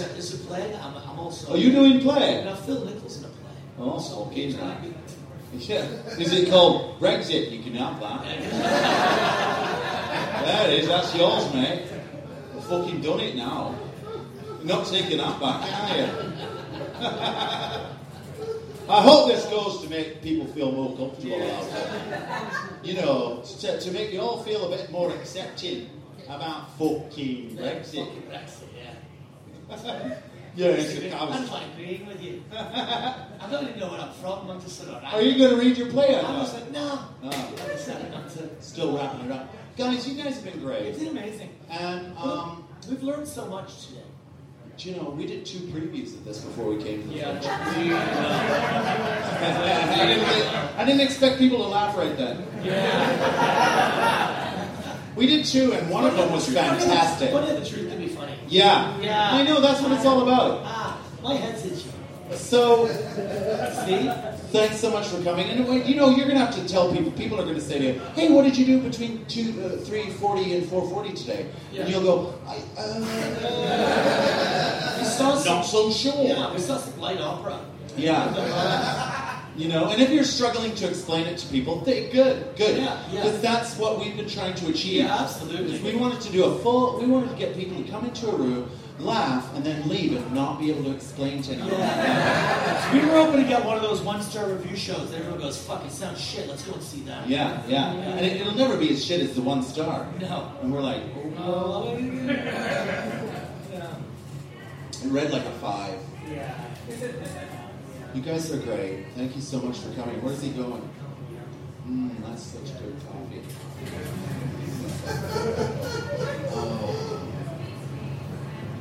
[SPEAKER 2] right.
[SPEAKER 3] a, it's a play that I'm, I'm also.
[SPEAKER 2] Are you doing play?
[SPEAKER 3] No, Phil Nichols in a play.
[SPEAKER 2] Oh, fucking right. Yeah. Is it called Brexit? You can have that. there it is, that's yours, mate. I've fucking done it now. You're not taking that back, are you? I hope this goes to make people feel more comfortable about it. You know, to, to make you all feel a bit more accepting about fucking Brexit.
[SPEAKER 3] Fucking Brexit, yeah.
[SPEAKER 2] Yeah, it's- I
[SPEAKER 3] I'm
[SPEAKER 2] was-
[SPEAKER 3] not agreeing with you. I don't even know where I'm from. I'm just sort of.
[SPEAKER 2] Are you going to read your play
[SPEAKER 3] I
[SPEAKER 2] out now?
[SPEAKER 3] was like, no.
[SPEAKER 2] Ah.
[SPEAKER 3] I decided not to.
[SPEAKER 2] Still wrapping it up. Guys, you guys have been
[SPEAKER 3] It's
[SPEAKER 2] great.
[SPEAKER 3] been amazing.
[SPEAKER 2] And, um,
[SPEAKER 3] We've learned so much today.
[SPEAKER 2] do you know, we did two previews of this before we came to the
[SPEAKER 3] Yeah.
[SPEAKER 2] function. I, didn't, I didn't expect people to laugh right then. We did two, and one of them was fantastic.
[SPEAKER 3] One of the truth can be funny.
[SPEAKER 2] Yeah.
[SPEAKER 3] Yeah.
[SPEAKER 2] I know, that's what it's all about.
[SPEAKER 3] Ah, my head's itching.
[SPEAKER 2] So,
[SPEAKER 3] See?
[SPEAKER 2] thanks so much for coming. And, wait, you know, you're going to have to tell people, people are going to say to you, hey, what did you do between two, uh, 340 and 440 today?
[SPEAKER 3] Yeah.
[SPEAKER 2] And you'll go, I, uh,
[SPEAKER 3] We saw some.
[SPEAKER 2] not so sure.
[SPEAKER 3] Yeah, we saw some light opera.
[SPEAKER 2] Yeah. You know, and if you're struggling to explain it to people, they good, good,
[SPEAKER 3] Yeah, yeah.
[SPEAKER 2] because that's what we've been trying to achieve.
[SPEAKER 3] Yeah, absolutely.
[SPEAKER 2] Is We wanted to do a full. We wanted to get people to come into a room, laugh, and then leave and not be able to explain to anyone.
[SPEAKER 3] Yeah. we were hoping to get one of those one star review shows. Everyone goes, fuck, it sounds shit. Let's go and see that.
[SPEAKER 2] Yeah, yeah. And it, it'll never be as shit as the one star.
[SPEAKER 3] No.
[SPEAKER 2] And we're like,
[SPEAKER 3] Oh,
[SPEAKER 2] it read like a five.
[SPEAKER 3] yeah.
[SPEAKER 2] You guys are great. Thank you so much for coming. Where's he going? Mmm, that's such good coffee.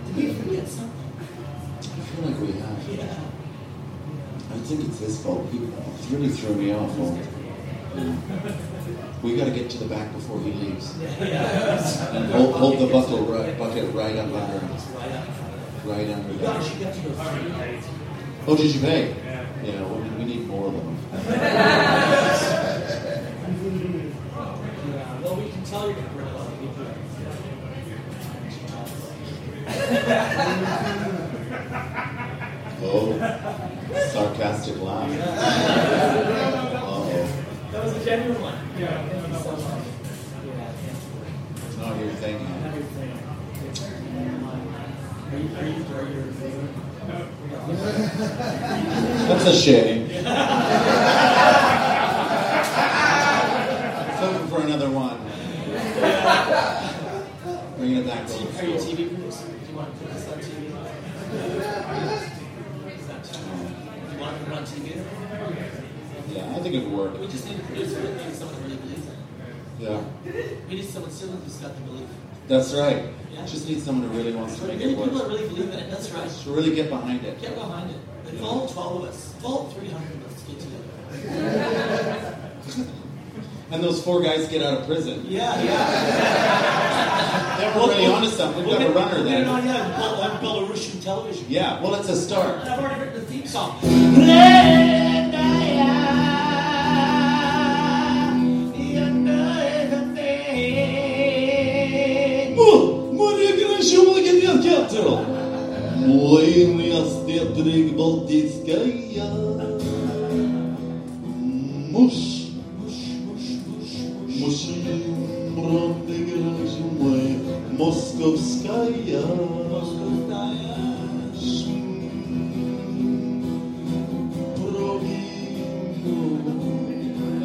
[SPEAKER 3] Did we forget something?
[SPEAKER 2] I feel like we have. I think it's his fault. He it really threw me off. Well, we got to get to the back before he leaves. And hold, hold the bucket right, bucket right up under him. Right under
[SPEAKER 3] God,
[SPEAKER 2] him.
[SPEAKER 3] she got to go free.
[SPEAKER 2] Oh, did you pay? Yeah, well, we- we need more of them.
[SPEAKER 3] Yeah, well, we can tell you're going to bring a lot of people.
[SPEAKER 2] Oh, sarcastic laugh. Oh,
[SPEAKER 3] That was a genuine one. Yeah. Thank you so much. Yeah,
[SPEAKER 2] it's not your thing.
[SPEAKER 3] thank you. Everything. Are you, are you, are you in favor?
[SPEAKER 2] That's a shame. Looking for another one. Bringing it back to the
[SPEAKER 3] Are you a
[SPEAKER 2] floor.
[SPEAKER 3] TV producer? Do you want to put this on TV? It's not TV. Do you want to put it on TV?
[SPEAKER 2] Yeah, I think it'd work.
[SPEAKER 3] We just need a producer. We need someone who really believes in
[SPEAKER 2] Yeah,
[SPEAKER 3] it. We need someone similar who's got the belief.
[SPEAKER 2] that's right.
[SPEAKER 3] Yeah.
[SPEAKER 2] Just need someone who really wants to
[SPEAKER 3] We
[SPEAKER 2] make
[SPEAKER 3] need
[SPEAKER 2] it
[SPEAKER 3] people that
[SPEAKER 2] work.
[SPEAKER 3] really believe in it. That's right.
[SPEAKER 2] To really get behind it.
[SPEAKER 3] Get behind it. Like, all 12 of us. All 300 of us get together.
[SPEAKER 2] And those four guys get out of prison.
[SPEAKER 3] Yeah, yeah.
[SPEAKER 2] They were really onto something. We've got a runner
[SPEAKER 3] We'll get it
[SPEAKER 2] there.
[SPEAKER 3] on, yeah, Bel- on Belarusian television.
[SPEAKER 2] Yeah, well, it's a start.
[SPEAKER 3] I've already written the theme song.
[SPEAKER 2] О, Мария Григорьевича Владимир Кептер! Мой университет Балтийская. Муж, муж, муж, муж, муж. Мужчина, правда, Григорьевич мой, московская. Провинно.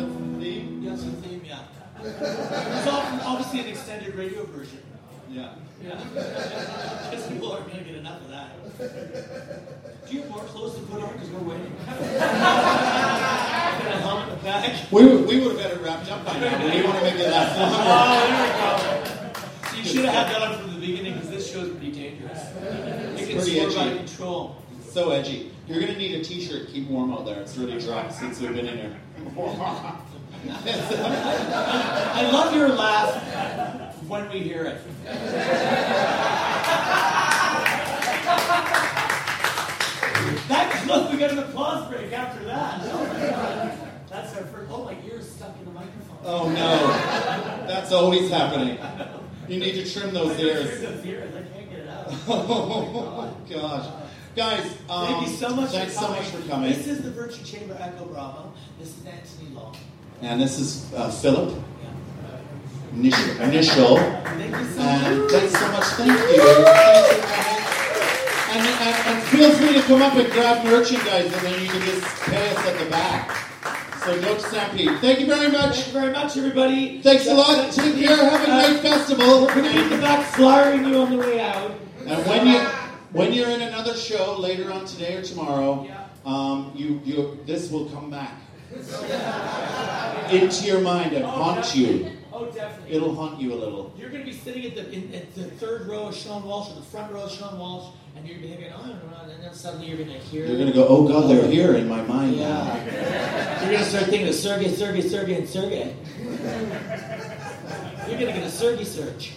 [SPEAKER 3] Yes, the theme, yeah. It's all- obviously an extended radio version.
[SPEAKER 7] Yeah. Yeah. Because people aren't going to get enough of that. Do you have more clothes to put on because we're waiting? Can I help in the back?
[SPEAKER 2] We, would- we would have had it wrapped up by now, but we want to make it last longer.
[SPEAKER 7] Oh, there we go. So you should have had that on from the beginning because this show's pretty dangerous. It gets
[SPEAKER 2] pretty
[SPEAKER 7] more out
[SPEAKER 2] edgy.
[SPEAKER 7] of control.
[SPEAKER 2] So edgy. You're gonna need a t-shirt to keep warm out there. It's really dry since we've been in here.
[SPEAKER 7] I love your laugh when we hear it. that look, we got an applause break after that. That's our first. Oh, my ear's stuck in the microphone.
[SPEAKER 2] Oh no, that's always happening. You need to trim those ears.
[SPEAKER 7] Here's the ears. I can't get it out.
[SPEAKER 2] Oh gosh, guys. Um,
[SPEAKER 7] Thank you so much.
[SPEAKER 2] Thanks
[SPEAKER 7] for
[SPEAKER 2] so
[SPEAKER 7] coming.
[SPEAKER 2] much for coming.
[SPEAKER 7] This is the Virtue Chamber Echo Bravo. This is Anthony Long.
[SPEAKER 2] And this is uh, Philip. Initial. Initial.
[SPEAKER 7] Thank you so much.
[SPEAKER 2] And thanks so much. Thank you. Thanks for coming. And, and, and feel free to come up and grab merchandise, and then you can just pay us at the back. So go to Stampede. Thank you very
[SPEAKER 7] Thank
[SPEAKER 2] much.
[SPEAKER 7] you very much, everybody.
[SPEAKER 2] Thanks a lot. Take care. Have a great festival.
[SPEAKER 7] We're going to be in the back flowering you on the way out.
[SPEAKER 2] And when you when you're in another show later on today or tomorrow, um, you you this will come back into your mind and haunt you.
[SPEAKER 7] Oh, definitely.
[SPEAKER 2] It'll haunt you a little.
[SPEAKER 7] You're going to be sitting at the in, at the third row of Sean Walsh or the front row of Sean Walsh, and you're going to be thinking, oh, no, no, no," and then suddenly you're going to hear.
[SPEAKER 2] You're gonna go, oh god, they're here in my mind. now."
[SPEAKER 7] Yeah. you're going to start thinking of Sergey, Sergey, Sergey, and Sergey. you're going to get a Sergey search.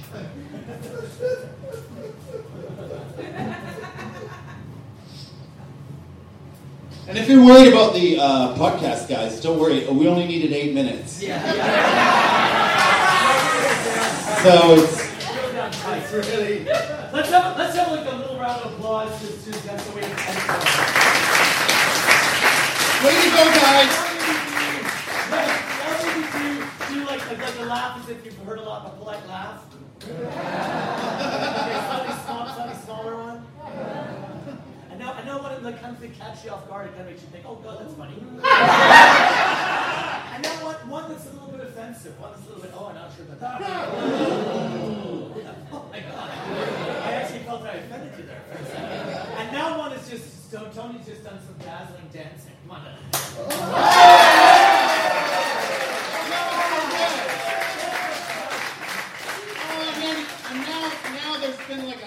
[SPEAKER 2] And if you're worried about the uh, podcast, guys, don't worry. We only needed eight minutes. So it's
[SPEAKER 7] It's really. Let's have let's have like a little round of applause just to that's the way it's
[SPEAKER 2] way to go, guys.
[SPEAKER 7] Right. Do you like like like a laugh as if you've heard a lot of polite laugh? okay, slightly small, slightly smaller one. I know, I know when it like, comes to catch you off guard, it kind of makes you think, oh god, that's funny. I know one, one that's a little bit offensive, one that's a little bit, oh, I'm not sure about that. oh my god. I actually felt that I offended you there for a second. And now one is just, so Tony's just done some dazzling dancing. Come on now.
[SPEAKER 2] Oh, and, then, and now now there's been like a,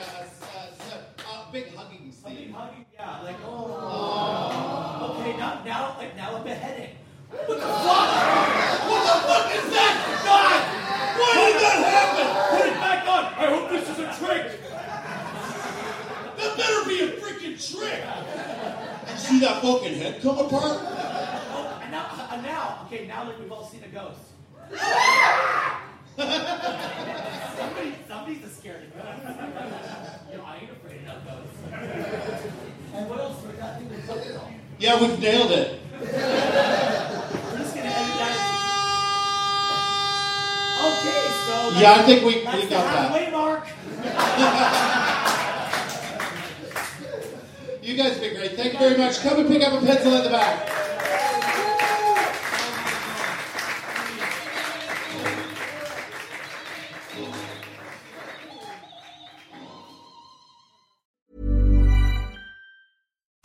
[SPEAKER 2] a, a, a big hugging
[SPEAKER 7] Like,
[SPEAKER 2] scene.
[SPEAKER 7] how do you- yeah, like, oh. Okay, now, now, like, now a beheading. What the fuck? What the fuck is that? God! Why did that happen? Put it back on. I hope this is a trick.
[SPEAKER 2] That better be a freaking trick! You see that fucking head come apart?
[SPEAKER 7] Oh, and now, and now, okay, now like we've all seen a ghost. Somebody, somebody's a scaredy cat. you know, I ain't afraid of ghosts. and what else? We're not doing the cocktail.
[SPEAKER 2] Yeah, we've nailed it.
[SPEAKER 7] We're just gonna edit that. Okay, so that's-
[SPEAKER 2] Yeah, I think we, we
[SPEAKER 7] that's
[SPEAKER 2] got
[SPEAKER 7] the halfway
[SPEAKER 2] that.
[SPEAKER 7] mark.
[SPEAKER 2] You guys have been great. Thank you very much. Come and pick up a pencil at the back.